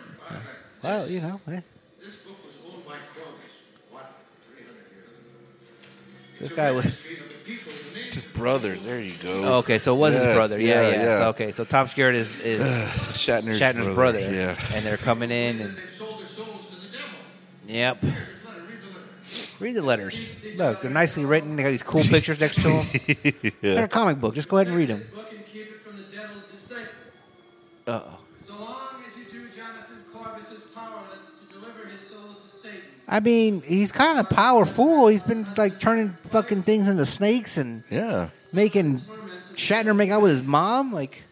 S1: Well, you know, eh,
S5: This book was owned by Cronus. What? 300 years ago.
S1: this guy was.
S5: History of the people who named
S2: His brother. There you go.
S1: Okay, so it was his
S2: Yes,
S1: brother. Yeah, yeah.
S2: yeah, yeah.
S1: So, okay, so Tom Skerritt is, is
S2: Shatner's,
S1: Shatner's brother.
S2: Yeah.
S1: And they're coming in, and
S5: they sold their souls to the devil.
S1: yep.
S5: Just let it read the letter.
S1: Read the letters. Look, they're nicely written. They got these cool pictures next to them. It's like a comic book. Just go ahead and read them.
S5: This book and keep it from the devil's disciple.
S1: Uh-oh.
S5: So long as you do, Jonathan Corbis is powerless to deliver his soul to Satan.
S1: I mean, he's kind of powerful. He's been like turning fucking things into snakes and
S2: Yeah.
S1: making
S5: Torments of
S1: Shatner make out with his mom. Like,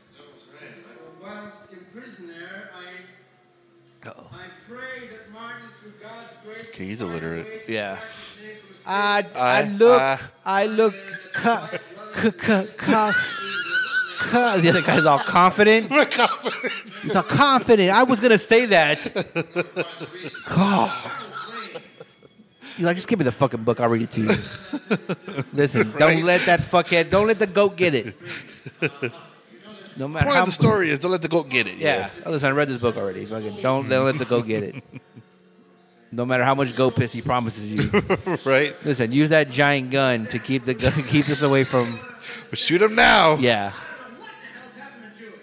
S5: Whilst in prison there, I,
S1: uh-oh.
S5: I pray that Martin, through God's grace,
S2: Okay, he's illiterate.
S5: finds a way to
S1: Yeah.
S5: correct his name from his
S1: I, I
S2: I-
S1: look,
S2: I-
S1: I look, ca, ca, ca, ca, ca. The other guy's all confident. He's all confident. I was gonna say that. God. He's like, just give me the fucking book. I'll read it to you. Listen, don't
S2: Right.
S1: let that fuckhead, don't let the goat get it. No matter
S2: Point
S1: how
S2: of the story is don't let the goat get it.
S1: yeah. Oh, listen, I read this book already. Fucking don't, don't let the goat get it. No matter how much goat piss he promises you.
S2: Right?
S1: Listen, use that giant gun to keep the gun, keep this away from.
S2: But shoot him now.
S1: Yeah.
S5: What's happened to Julie?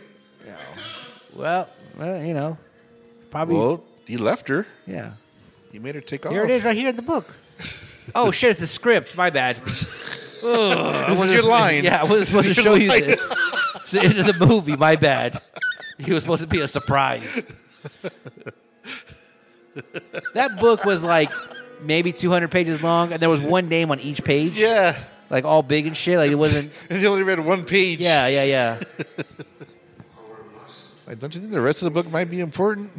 S1: Well, well, you know, probably.
S2: Well, he left her.
S1: Yeah.
S2: He made her take off.
S1: Here it is, right here in the book. Oh shit! It's a script. My bad. Ugh, I
S2: This is
S1: wasn't-
S2: your line.
S1: Yeah, I wasn't
S2: This
S1: supposed to
S2: is
S1: show
S2: your
S1: you
S2: line.
S1: this. It's the end of the movie. My bad. It was supposed to be a surprise. That book was like maybe 200 pages long, and there was one name on each page,
S2: Yeah.
S1: like all big and shit. Like it wasn't.
S2: And he only read one page.
S1: Yeah, yeah, yeah.
S2: Like, don't you think the rest of the book might be important?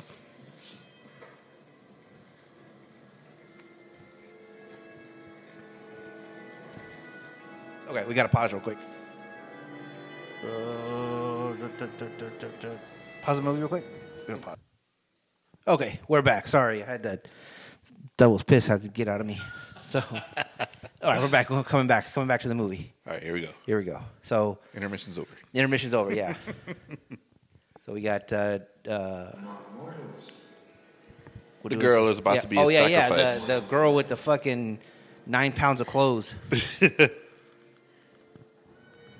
S1: Okay, we got to pause real quick. Uh, duh, duh, duh, duh, duh, duh. Pause the movie real quick. We're gonna pause. Okay, we're back. Sorry, I had to. Devil's piss had to get out of me. So, all right, we're back. We're coming back. Coming back to the movie.
S2: All right, here we go.
S1: Here we go. So,
S2: Intermission's over.
S1: the intermission's over. Yeah. so we got. Uh, uh, what
S2: The
S1: was
S2: girl
S1: it?
S2: is about
S1: Yeah.
S2: to be
S1: oh
S2: a
S1: yeah,
S2: sacrifice.
S1: yeah. The, the girl with the fucking nine pounds of clothes.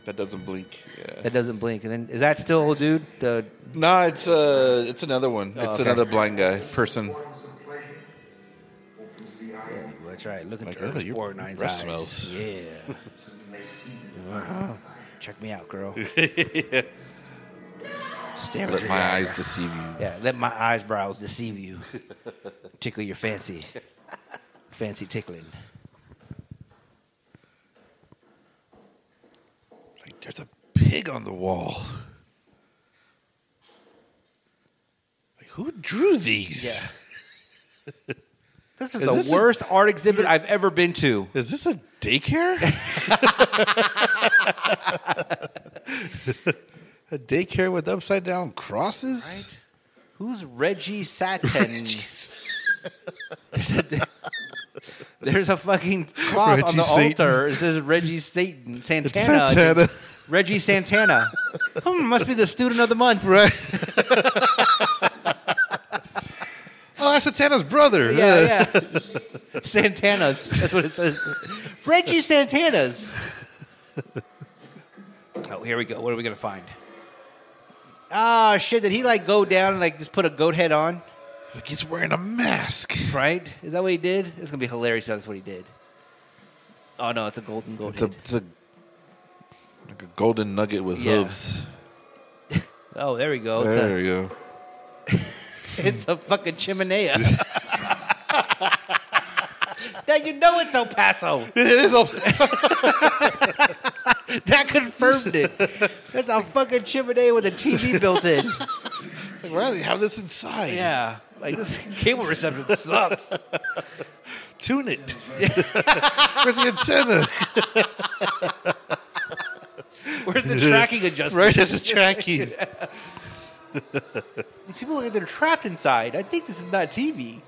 S2: That doesn't blink. Yeah.
S1: that doesn't blink. And then is that still old dude? The
S2: No, it's uh, it's another one.
S1: Oh,
S2: it's
S1: okay.
S2: another blind guy person.
S6: Importance of pleasure opens the eye
S1: well, that's right. Look at
S2: Like,
S1: the
S2: oh,
S1: Earth's
S2: your
S1: Poor Nine's
S2: breath
S1: eyes.
S2: smells.
S1: Yeah,
S6: so you may see the
S1: check me out, girl. Stare at
S2: Let
S1: your
S2: my
S1: eye.
S2: eyes deceive you.
S1: Yeah, let my eyes brows deceive you. Tickle your fancy, fancy tickling.
S2: It's Like there's a pig on the wall. Like who drew these?
S1: Yeah. This is,
S2: Is
S1: the
S2: this a-
S1: worst art exhibit I've ever been to.
S2: Is this a daycare? a daycare with upside down crosses?
S1: Right? Who's Reggie Satin? There's a- There's a fucking cloth on
S2: Reggie
S1: the
S2: Satan.
S1: altar. It says Reggie Satan
S2: It's
S1: Santana. I think.
S2: Santana.
S1: Reggie Santana. hmm, must be the student of the month.
S2: Right. oh, that's Santana's brother.
S1: Yeah, yeah. Santana's. That's what it says. Reggie Santana's. Oh, here we go. What are we gonna find? Ah, shit! Did he like go down and like just put a goat head on?
S2: It's Like he's wearing a mask.
S1: Right? Is that what he did? It's gonna be hilarious. if That's what he did. Oh no, it's a golden goat
S2: It's a,
S1: head.
S2: it's a like a golden nugget with
S1: Yeah.
S2: hooves.
S1: Oh, there we go. It's
S2: There
S1: a,
S2: we go.
S1: it's a fucking chimenea. Now you know it's El Paso.
S2: It is El
S1: That confirmed it. That's a fucking chimney with a TV built in.
S2: Like, why do they have this inside?
S1: Yeah. Like this cable reception sucks.
S2: Tune it. Where's the antenna?
S1: Where's the tracking adjustment?
S2: Right as a tracking.
S1: These people look like they're trapped inside. I think this is not TV.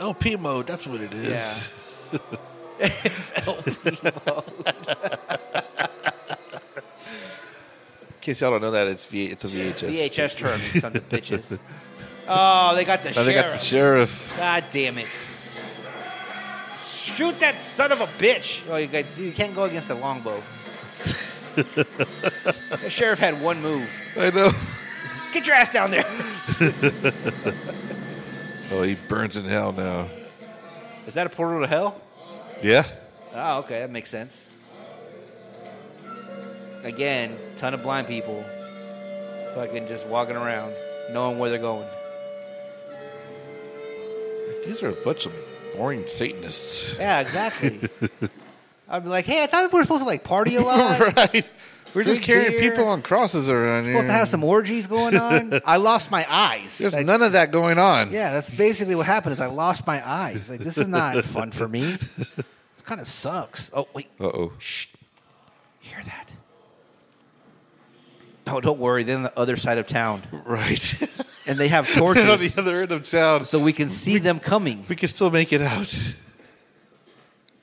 S2: LP mode, that's what it is.
S1: It's LP.
S2: In case y'all don't know that, it's, v- it's a VHS.
S1: VHS term, you sons of bitches. Oh, they got the
S2: Now
S1: sheriff.
S2: they got the sheriff.
S1: God damn it. Shoot that son of a bitch. Oh, you, got, dude, you can't go against the longbow. the sheriff had one move.
S2: I know.
S1: Get your ass down there.
S2: Oh, he burns in hell now.
S1: Is that a portal to hell?
S2: Yeah.
S1: Oh, okay, that makes sense. Again, ton of blind people fucking just walking around, knowing where they're going.
S2: These are a bunch of boring Satanists.
S1: Yeah, exactly. I'd be like, hey, I thought we were supposed to like party a lot.
S2: right. We're just
S1: Drink
S2: carrying
S1: beer.
S2: people on crosses around here.
S1: Supposed to have some orgies going on. I lost my eyes.
S2: There's
S1: Like,
S2: none of that going on.
S1: Yeah, that's basically what happened. Is I lost my eyes. Like this is not fun for me. This kind of sucks. Oh wait,
S2: Uh oh.
S1: shh, hear that? Oh, don't worry. They're on the other side of town,
S2: Right.
S1: and they have
S2: They're on the
S1: torches,
S2: other end of town.
S1: so we can see them coming.
S2: We can still make it out.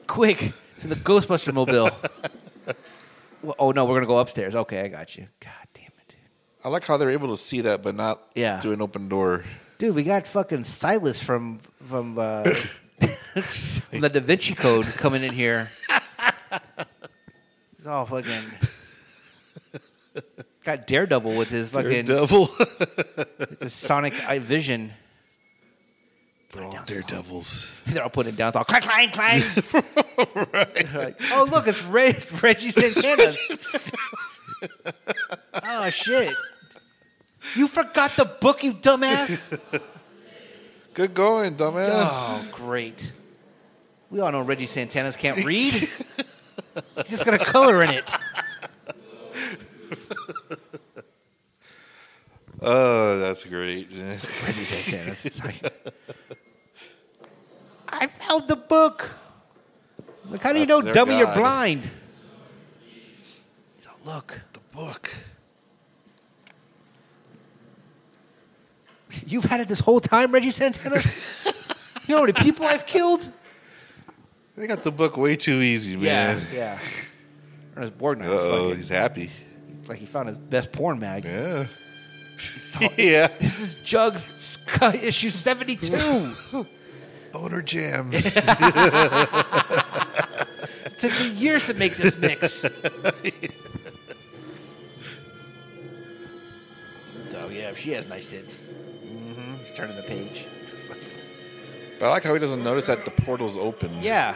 S1: Quick to the Ghostbuster mobile. Well, oh no, we're gonna go upstairs. Okay, I got you. God damn it, dude.
S2: I like how they're able to see that, but not
S1: Yeah.
S2: through an open door.
S1: Dude, we got fucking Silas from from, uh, from the Da Vinci Code coming in here. He's all fucking got Daredevil with his fucking
S2: Daredevil.
S1: with his sonic eye vision.
S2: They're all daredevils.
S1: They're all putting it down. It's all clang clang clang. Like, oh look, it's Reg- Reggie Santana. oh shit! You forgot the book, you dumbass.
S2: Good going, dumbass.
S1: Oh, great. We all know Reggie Santana's can't read. He's just got a color in it.
S2: Oh, that's great.
S1: Reggie Santana's. it's like, I found the book. Like, how do you
S2: That's
S1: know,
S2: their
S1: dummy, you're
S2: god.
S1: blind? He's like, look,
S2: the book.
S1: you've had it this whole time, Reggie Santana? you know how many people I've killed?
S2: They got the book way too easy, man.
S1: Yeah. Ernest Borgnine
S2: Uh
S1: is
S2: oh,
S1: fucking,
S2: he's happy.
S1: like he found his best porn mag.
S2: Yeah.
S1: He's all-
S2: Yeah.
S1: This is Jugs Sky issue 72.
S2: Boner jams.
S1: took me years to make this mix. oh yeah, she has nice tits. Mm-hmm. He's turning the page. Fucking-
S2: but I like how he doesn't notice that the portal's open.
S1: Yeah.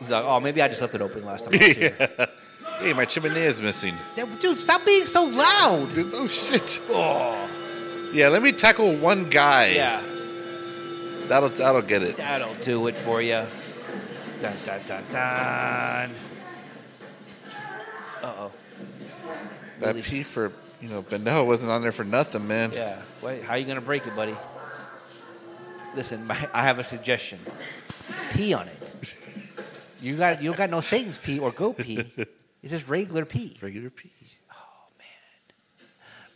S1: He's like, oh, maybe I just left it open last time. I was here."
S2: Hey, my chimney is missing.
S1: Yeah, Dude, stop being so loud.
S2: Oh shit.
S1: Oh,
S2: Yeah, let me tackle one guy.
S1: yeah.
S2: That'll that'll get it.
S1: That'll do it for you. Dun dun dun dun. Uh oh.
S2: That P for you know, Benel wasn't on there for nothing, man.
S1: Yeah. What, how you gonna break it, buddy? Listen, my, I have a suggestion. Pee on it. You got you don't got no Satan's pee or goat pee. It's just regular pee,
S2: Regular P.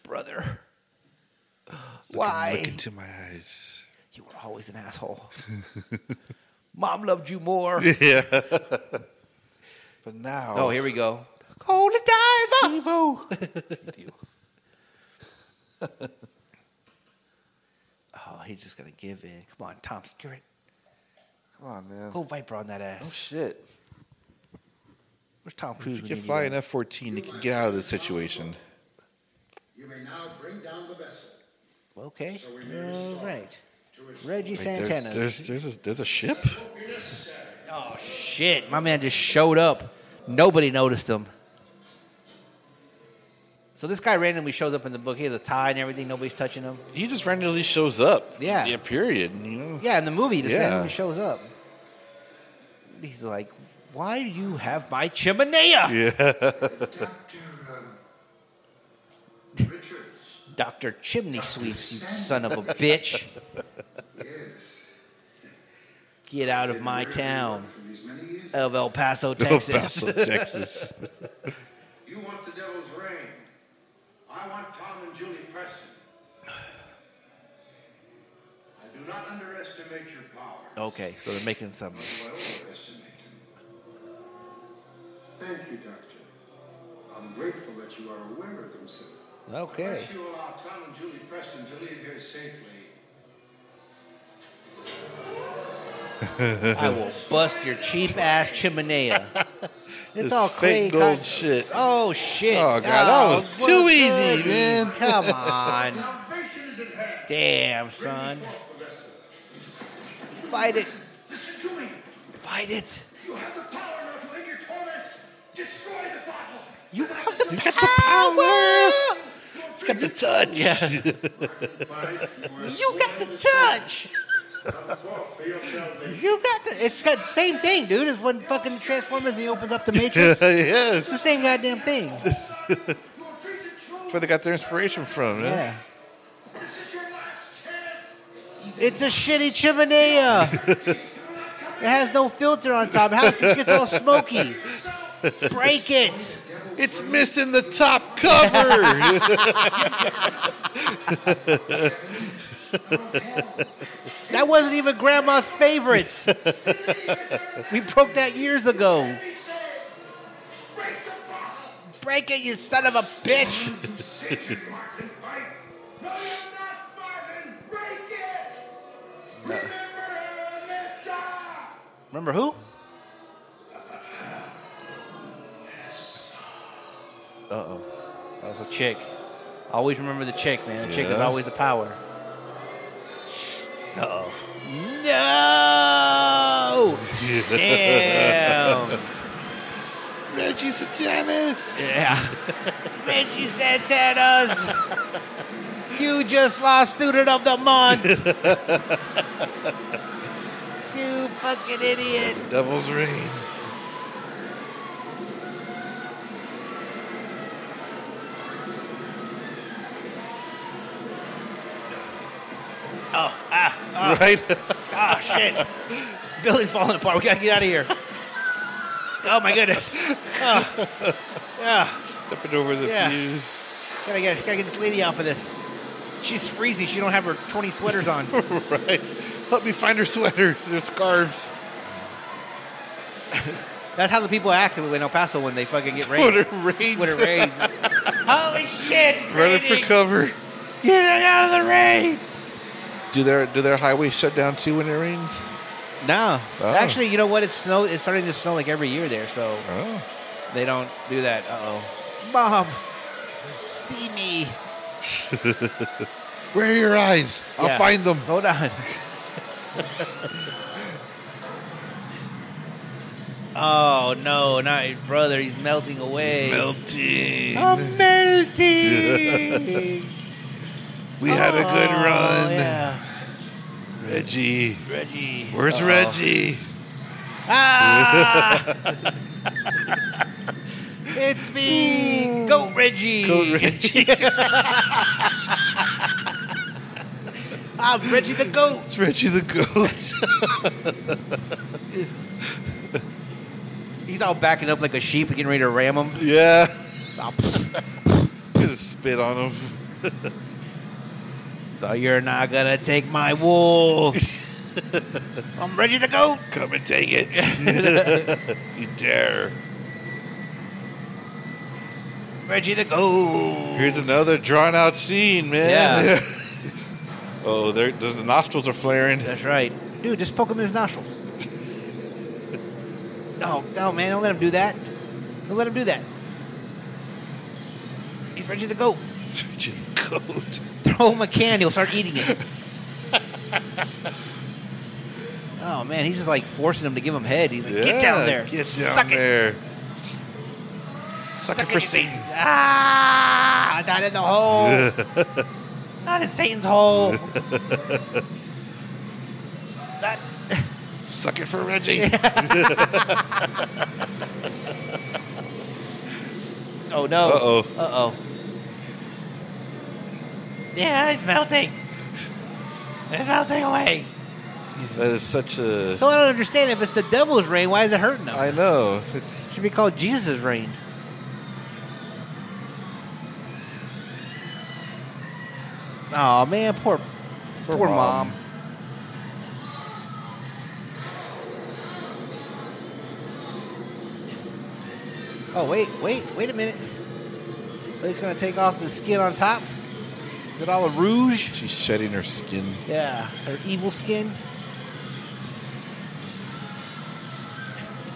S1: brother.
S2: Look-
S1: Why
S2: Look into my eyes.
S1: you were always an asshole? Mom loved you more.
S2: Yeah. but now.
S1: Oh, here we go. Call the diver. Oh, he's just gonna give in. Come on, Tom Skerritt.
S2: Come on, man.
S1: Go Viper on that
S2: Oh
S1: ass.
S2: shit.
S1: Where's Tom Cruise?
S2: If you
S1: when
S2: can
S1: need
S2: fly
S1: him?
S2: an F fourteen, you can get out of this situation.
S5: You may now bring down the vessel.
S1: Okay. All right. Reggie
S2: Wait, there-
S1: Santana.
S2: there's there's a, there's a ship?
S1: Oh shit! My man just showed up. Nobody noticed him. So this guy randomly shows up in the book. He has a tie and everything. Nobody's touching him.
S2: He just randomly shows up.
S1: Yeah.
S2: Yeah. Period. You know.
S1: Yeah, in the movie, this
S2: Yeah.
S1: randomly shows up. He's like, "Why do you have my chimenea,
S5: Dr. Um, Richards.
S1: Doctor Chimney Sweeps? You son of a bitch!
S5: Yes.
S1: Get out of my town
S5: For these many years.
S1: of El Paso,
S2: El
S1: Texas."
S2: Paso, Texas.
S5: You want the devil's reign. I want Tom and Julie Preston. I do not underestimate your power.
S1: okay, so they're making some.
S5: Well, overestimate them. Thank you, Doctor. I'm grateful that you are aware of them, sir.
S1: Okay,
S5: Unless you allow Tom and Julie Preston to leave here safely,
S1: I will bust your cheap ass chimenea. It's
S2: This
S1: all clay
S2: fake gold shit.
S1: Oh shit!
S2: Oh, God, that was
S1: what
S2: too easy,
S1: goodies.
S2: man.
S1: Come on,
S5: salvation is at hand.
S1: damn son,
S5: Bring me forth the vessel.
S1: fight it,
S5: Listen to me.
S1: fight it.
S5: You have the power now to end your torment. Destroy the bottle.
S1: You have the
S2: Got the power. It's got the touch.
S1: Yeah. You got the touch.
S5: Come forth for your salvation.
S1: You got the. It's got the same thing, dude. As when fucking the Transformers and he opens up the Matrix. It's the
S2: yes.
S1: same goddamn thing.
S5: You are free to choose.
S2: That's where they got their inspiration from. man.
S1: Yeah.
S5: This is your last
S1: It's
S5: chance.
S1: a shitty chimenea. It has no filter on top. How does this gets all smoky? Break it.
S2: It's missing the top cover.
S1: That wasn't even grandma's favorite. We broke that years ago.
S5: Break the bottle.
S1: Break it, you son of a bitch.
S5: Sit you, Martin. Fight. No, you're not, Martin. Break it. Remember Anissa.
S1: Remember who? Uh oh. That was a chick. Always remember the chick, man. The chick is
S2: Yeah.
S1: always the power. Uh oh. No! Damn!
S2: Reggie Satanas.
S1: Yeah. Reggie Santana's. you just lost student of the month. you fucking idiot.
S2: Devil's Reign.
S1: Oh, ah, ah.
S2: Right?
S1: Oh shit! Building's falling apart. We gotta get out of here. Oh my goodness! Oh. Yeah,
S2: Stepping over the
S1: Yeah.
S2: fuse.
S1: gotta get gotta get this lady off of this. She's freezing. She don't have her twenty sweaters on.
S2: Right. Help me find her sweaters, her scarves.
S1: That's how the people act in El Paso when they fucking get
S2: What
S1: rained.
S2: a raid.
S1: When it rains. Holy shit! it's
S2: Running for
S1: raining.
S2: cover.
S1: Get out of the rain!
S2: Do their do their highways shut down too when it rains?
S1: No,
S2: Oh.
S1: actually, you know what? It's snow. It's starting to snow like every year there, so
S2: Oh.
S1: they don't do that. Uh oh, mom, see me.
S2: Where are your eyes? I'll
S1: Yeah.
S2: find them.
S1: Hold on. oh no, not your brother. He's melting away.
S2: Melting.
S1: I'm melting.
S2: we had a good
S1: Oh,
S2: run.
S1: Yeah.
S2: Reggie.
S1: Reggie.
S2: Where's
S1: Uh-oh.
S2: Reggie?
S1: Ah! it's me. Go Reggie.
S2: Go Reggie.
S1: I'm Reggie the goat.
S2: it's Reggie the goat.
S1: He's all backing up like a sheep, getting ready to ram him.
S2: yeah. Gonna spit on him.
S1: So you're not gonna take my wool. I'm Reggie the goat.
S2: Come and take it. you dare.
S1: Reggie the goat.
S2: Here's another drawn out scene, man.
S1: Yeah.
S2: oh, there, there's the nostrils are flaring.
S1: That's right. Dude, just poke him in his nostrils. no, no, man, don't let him do that. Don't let him do that. He's Reggie the goat.
S2: It's Reggie the goat.
S1: Throw him a can, he'll start eating it. oh man, he's just like forcing him to give him head. He's like, get
S2: Yeah,
S1: down there.
S2: Get down
S1: Suck
S2: there.
S1: it.
S2: Sucker for Satan.
S1: Ah! Not in the hole. Not in Satan's hole. Not,
S2: Suck it for Reggie.
S1: oh no.
S2: Uh-oh.
S1: Uh oh. Yeah, it's melting. It's melting away.
S2: That is such a.
S1: So I don't understand if it's the devil's rain, why is it hurting them?
S2: I know. It's
S1: It should be called Jesus' reign. Oh man, poor, poor,
S2: Poor
S1: mom.
S2: mom.
S1: Oh wait, wait, wait a minute. It's gonna take off the skin on top. Is it all a rouge?
S2: she's shedding her skin.
S1: Yeah, her evil skin.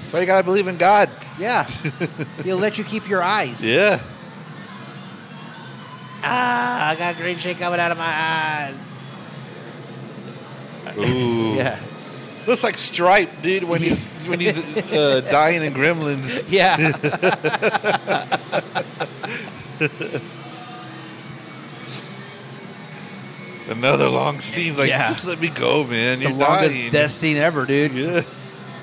S2: That's why you gotta believe in God.
S1: Yeah, he'll let you keep your eyes.
S2: Yeah.
S1: Ah, I got green shit coming out of my eyes.
S2: Ooh.
S1: Yeah.
S2: Looks like Stripe, dude, when he's when he's uh, dying in Gremlins.
S1: Yeah.
S2: Another long scene. Like,
S1: Yeah.
S2: just let me go, man.
S1: the
S2: You're
S1: longest
S2: dying.
S1: death scene ever, dude.
S2: yeah.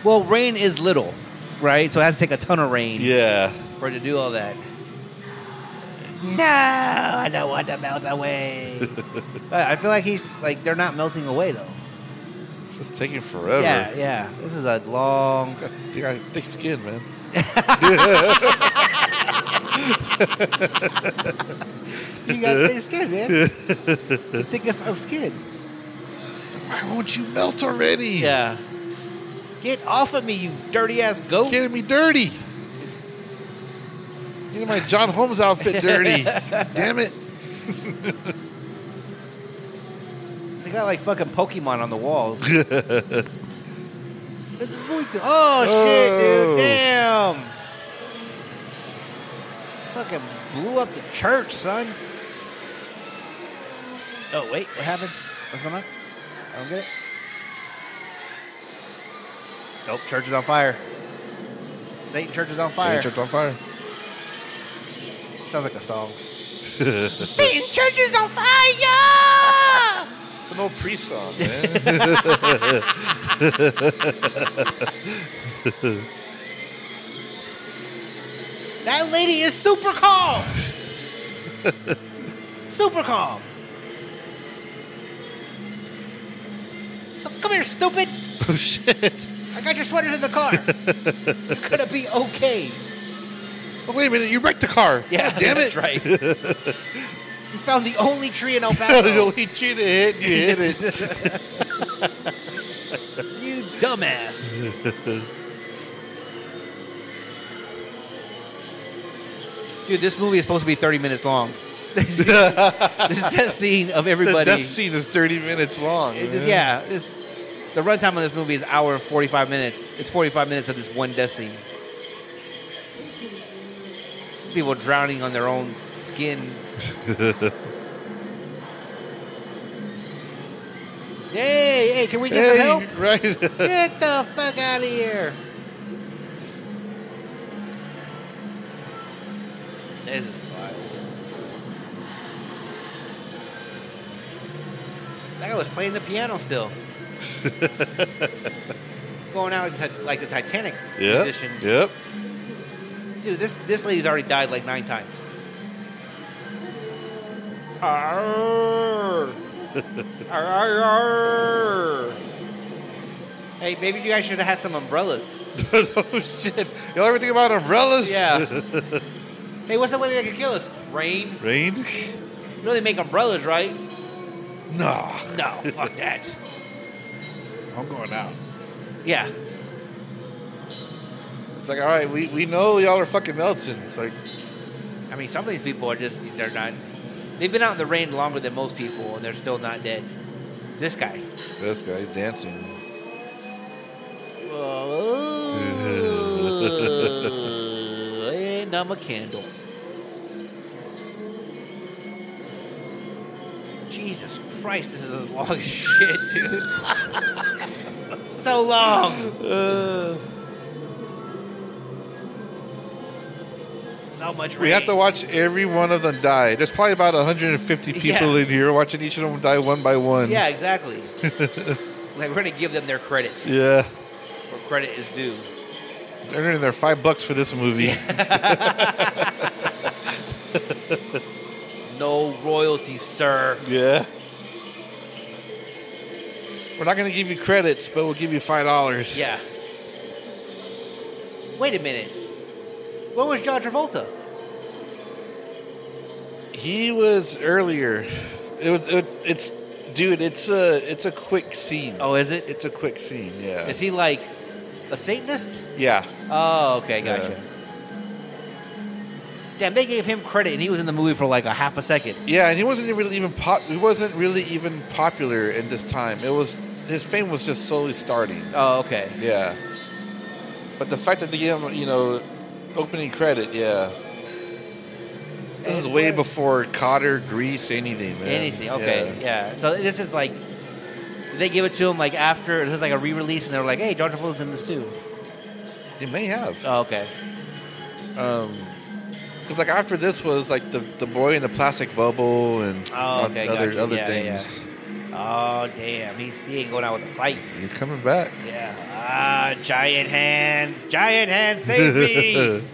S1: Well, rain is little, right? So it has to take a ton of rain
S2: Yeah.
S1: for it to do all that. No, I don't want to melt away. I I feel like he's like they're not melting away though.
S2: It's just taking forever.
S1: Yeah, yeah. This is a long.
S2: It's got they got thick skin, man.
S1: You got thick skin, man. the thickest of skin.
S2: Why won't you melt already?
S1: Yeah. Get off of me, you dirty ass goat.
S2: Getting me dirty. Getting my John Holmes outfit dirty. Damn it.
S1: They got like fucking Pokemon on the walls. it's way too. Oh, shit,
S2: Oh.
S1: dude! Damn. Fucking blew up the church, son. Oh wait, what happened? What's going on? I don't get it. Nope, church is on fire. Satan church is on fire.
S2: Satan Church on fire.
S1: Sounds like a song. Satan church is on fire.
S2: It's an old priest song, man.
S1: That lady is super calm. super calm. So come here, stupid.
S2: oh, shit.
S1: I got your sweaters in the car. You're gonna be okay.
S2: Oh, wait a minute. You wrecked the car. God damn it.
S1: that's right. you found the only tree in El
S2: the
S1: Paso.
S2: only cheetah hit, you hit it.
S1: you dumbass. Dude, this movie is supposed to be 30 minutes long. this death scene of
S2: the
S1: everybody.
S2: death scene is 30 minutes long.
S1: It-
S2: man.
S1: yeah, it's the runtime on this movie is hour and forty five minutes. It's forty five minutes of this one death scene. People drowning on their own skin. hey, hey, can we get
S2: Hey,
S1: some help?
S2: right.
S1: Get the fuck out of here. This is wild. That guy was playing the piano still. Going out like the, like the Titanic
S2: Yep.
S1: musicians.
S2: Yep.
S1: Dude, this, this lady's already died like nine times. Arr. Arr, arr, arr. Hey, maybe you guys should have had some umbrellas.
S2: oh shit! Y'all ever think about umbrellas?
S1: Yeah. hey, what's the way that could kill us? Rain?
S2: Rain?
S1: You know they make umbrellas, right?
S2: Nah.
S1: No, fuck that.
S2: I'm going out.
S1: Yeah.
S2: It's like, all right, we, we know y'all are fucking melting. It's like,
S1: I mean, some of these people are just, they're not, they've been out in the rain longer than most people and they're still not dead. This guy.
S2: this guy's dancing.
S1: Whoa. and I'm a candle. Jesus Christ, this is as long as shit, dude. so long.
S2: Uh,
S1: So much.
S2: We have to
S1: rain.
S2: watch every one of them die. There's probably about 150 people
S1: Yeah.
S2: in here watching each of them die one by one.
S1: Yeah, exactly. like we're gonna give them their credit
S2: Yeah.
S1: where credit is due.
S2: They're earning their five bucks for this movie.
S1: No royalties, sir.
S2: yeah. We're not going to give you credits, but we'll give you $5.
S1: Yeah. Wait a minute. Where was John Travolta?
S2: He was earlier. It was. It, it's dude. It's a. It's a quick scene.
S1: Oh, is it?
S2: It's a quick scene. Yeah.
S1: Is he like a Satanist?
S2: yeah.
S1: Oh, okay, gotcha. Damn, they gave him credit, and he was in the movie for like a half a second.
S2: Yeah, and he wasn't even really even pop. He wasn't really even popular in this time. It was his fame was just slowly starting.
S1: Oh, okay.
S2: Yeah. But the fact that they gave him, you know, opening credit, yeah. This is way before Cotter, Grease, anything, man.
S1: Anything. Okay.
S2: Yeah.
S1: Yeah. So this is like they give it to him like after this is like a re-release, and they're like, "Hey, John Travolta's in this too."
S2: They may have.
S1: Oh, okay.
S2: Um 'cause like after this was like the the boy in the plastic bubble and
S1: Oh, okay,
S2: other
S1: gotcha.
S2: other
S1: Yeah, yeah, yeah.
S2: things.
S1: Oh damn, he's he ain't going out with the fights.
S2: He's coming back.
S1: Yeah. Ah, giant hands, giant hands, save me!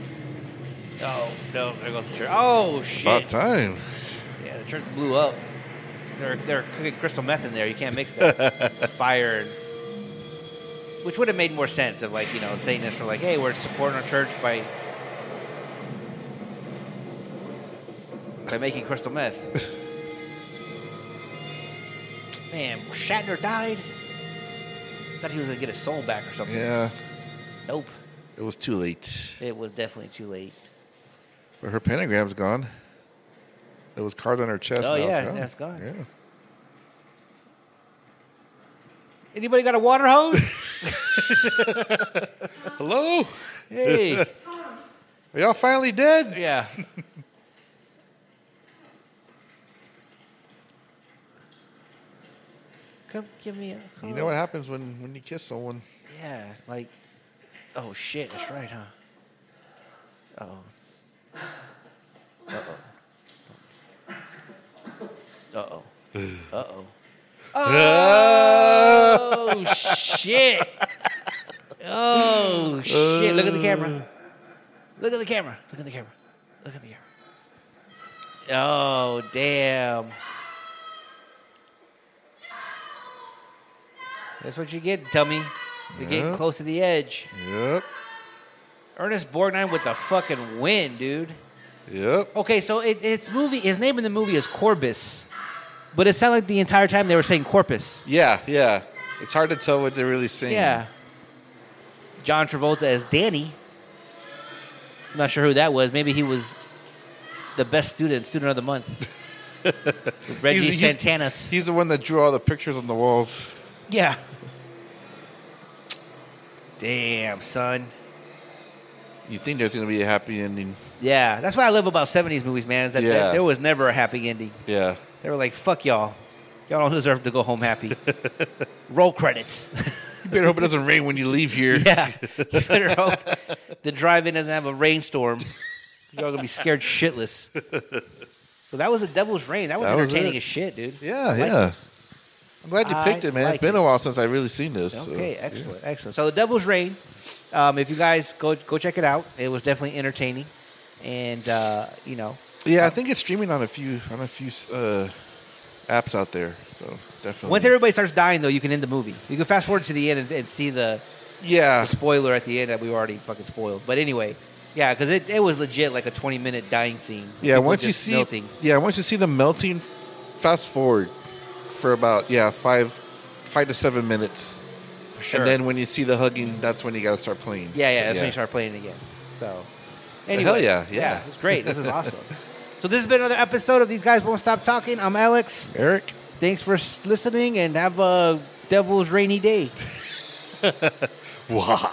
S1: oh no, there goes the church. Oh
S2: About
S1: shit!
S2: time.
S1: Yeah, the church blew up. They're they're cooking crystal meth in there. You can't mix that fire. And, which would have made more sense if, like, you know, Satanists were like, "Hey, we're supporting our church by by making crystal meth." Man, Shatner died. I thought he was gonna get his soul back or something.
S2: Yeah.
S1: Nope,
S2: It was too late.
S1: it was definitely too late.
S2: But her pentagram's gone. It was carved on her chest.
S1: Oh,
S2: now it's
S1: yeah,
S2: gone.
S1: that's gone.
S2: Yeah.
S1: Anybody got a water hose?
S2: Hello?
S1: hey,
S2: Are y'all finally dead?
S1: yeah. Come give me a hug.
S2: You know what happens when, when you kiss someone?
S1: Yeah, like, oh shit, that's right, huh? Oh. Uh oh. Uh oh. Uh oh. Oh shit! Oh shit! Look at the camera. Look at the camera. Look at the camera. Look at the camera. Oh damn! That's what you get, dummy. You're getting
S2: Yeah.
S1: close to the edge.
S2: Yep.
S1: Ernest Borgnine with the fucking win, dude.
S2: Yep.
S1: Okay, so it, it's movie. His name in the movie is Corbus, but it sounded like the entire time they were saying Corpus.
S2: Yeah, yeah. It's hard to tell what they're really saying.
S1: Yeah. John Travolta as Danny. I'm not sure who that was. Maybe he was the best student, student of the month. With Reggie
S2: He's- he's-
S1: Santana's.
S2: He's the one that drew all the pictures on the walls.
S1: yeah. Damn, son.
S2: You think there's going to be a happy ending.
S1: Yeah, that's what I love about 70s movies, man, is that
S2: Yeah.
S1: there- there was never a happy ending.
S2: Yeah.
S1: They were like, fuck y'all. Y'all don't deserve to go home happy. Roll credits.
S2: You better hope it doesn't rain when you leave here.
S1: yeah. You better hope the drive in doesn't have a rainstorm. Y'all gonna be scared shitless. So that was the devil's rain. That was
S2: That was
S1: entertaining
S2: it.
S1: as shit, dude.
S2: Yeah,
S1: I like
S2: yeah. I'm glad you picked
S1: I
S2: it, man.
S1: like
S2: it's been
S1: it.
S2: a while since I really seen this. so,
S1: Okay,
S2: yeah.
S1: excellent, excellent. So the Devil's Rain. Um, if you guys go go check it out, it was definitely entertaining, and uh, you know,
S2: Yeah, I think it's streaming on a few on a few uh, apps out there. So definitely.
S1: once everybody starts dying, though, you can end the movie. You can fast forward to the end and, and see the
S2: yeah,
S1: the spoiler at the end that we already fucking spoiled. But anyway, yeah, because it, it was legit like a 20 minute dying scene.
S2: yeah.
S1: People
S2: Once you
S1: just
S2: see,
S1: melting.
S2: yeah, once you see the melting, fast forward for about yeah five five to seven minutes,
S1: For sure.
S2: and then when you see the hugging, that's when you got to start playing.
S1: yeah, yeah,
S2: So,
S1: that's when you start playing it again. So, anyway,
S2: Hell yeah, yeah.
S1: it's great. This is awesome. so this has been another episode of These Guys Won't Stop Talking. I'm Alex.
S2: Eric.
S1: Thanks for s- listening, and have a devil's rainy day.
S2: Wow.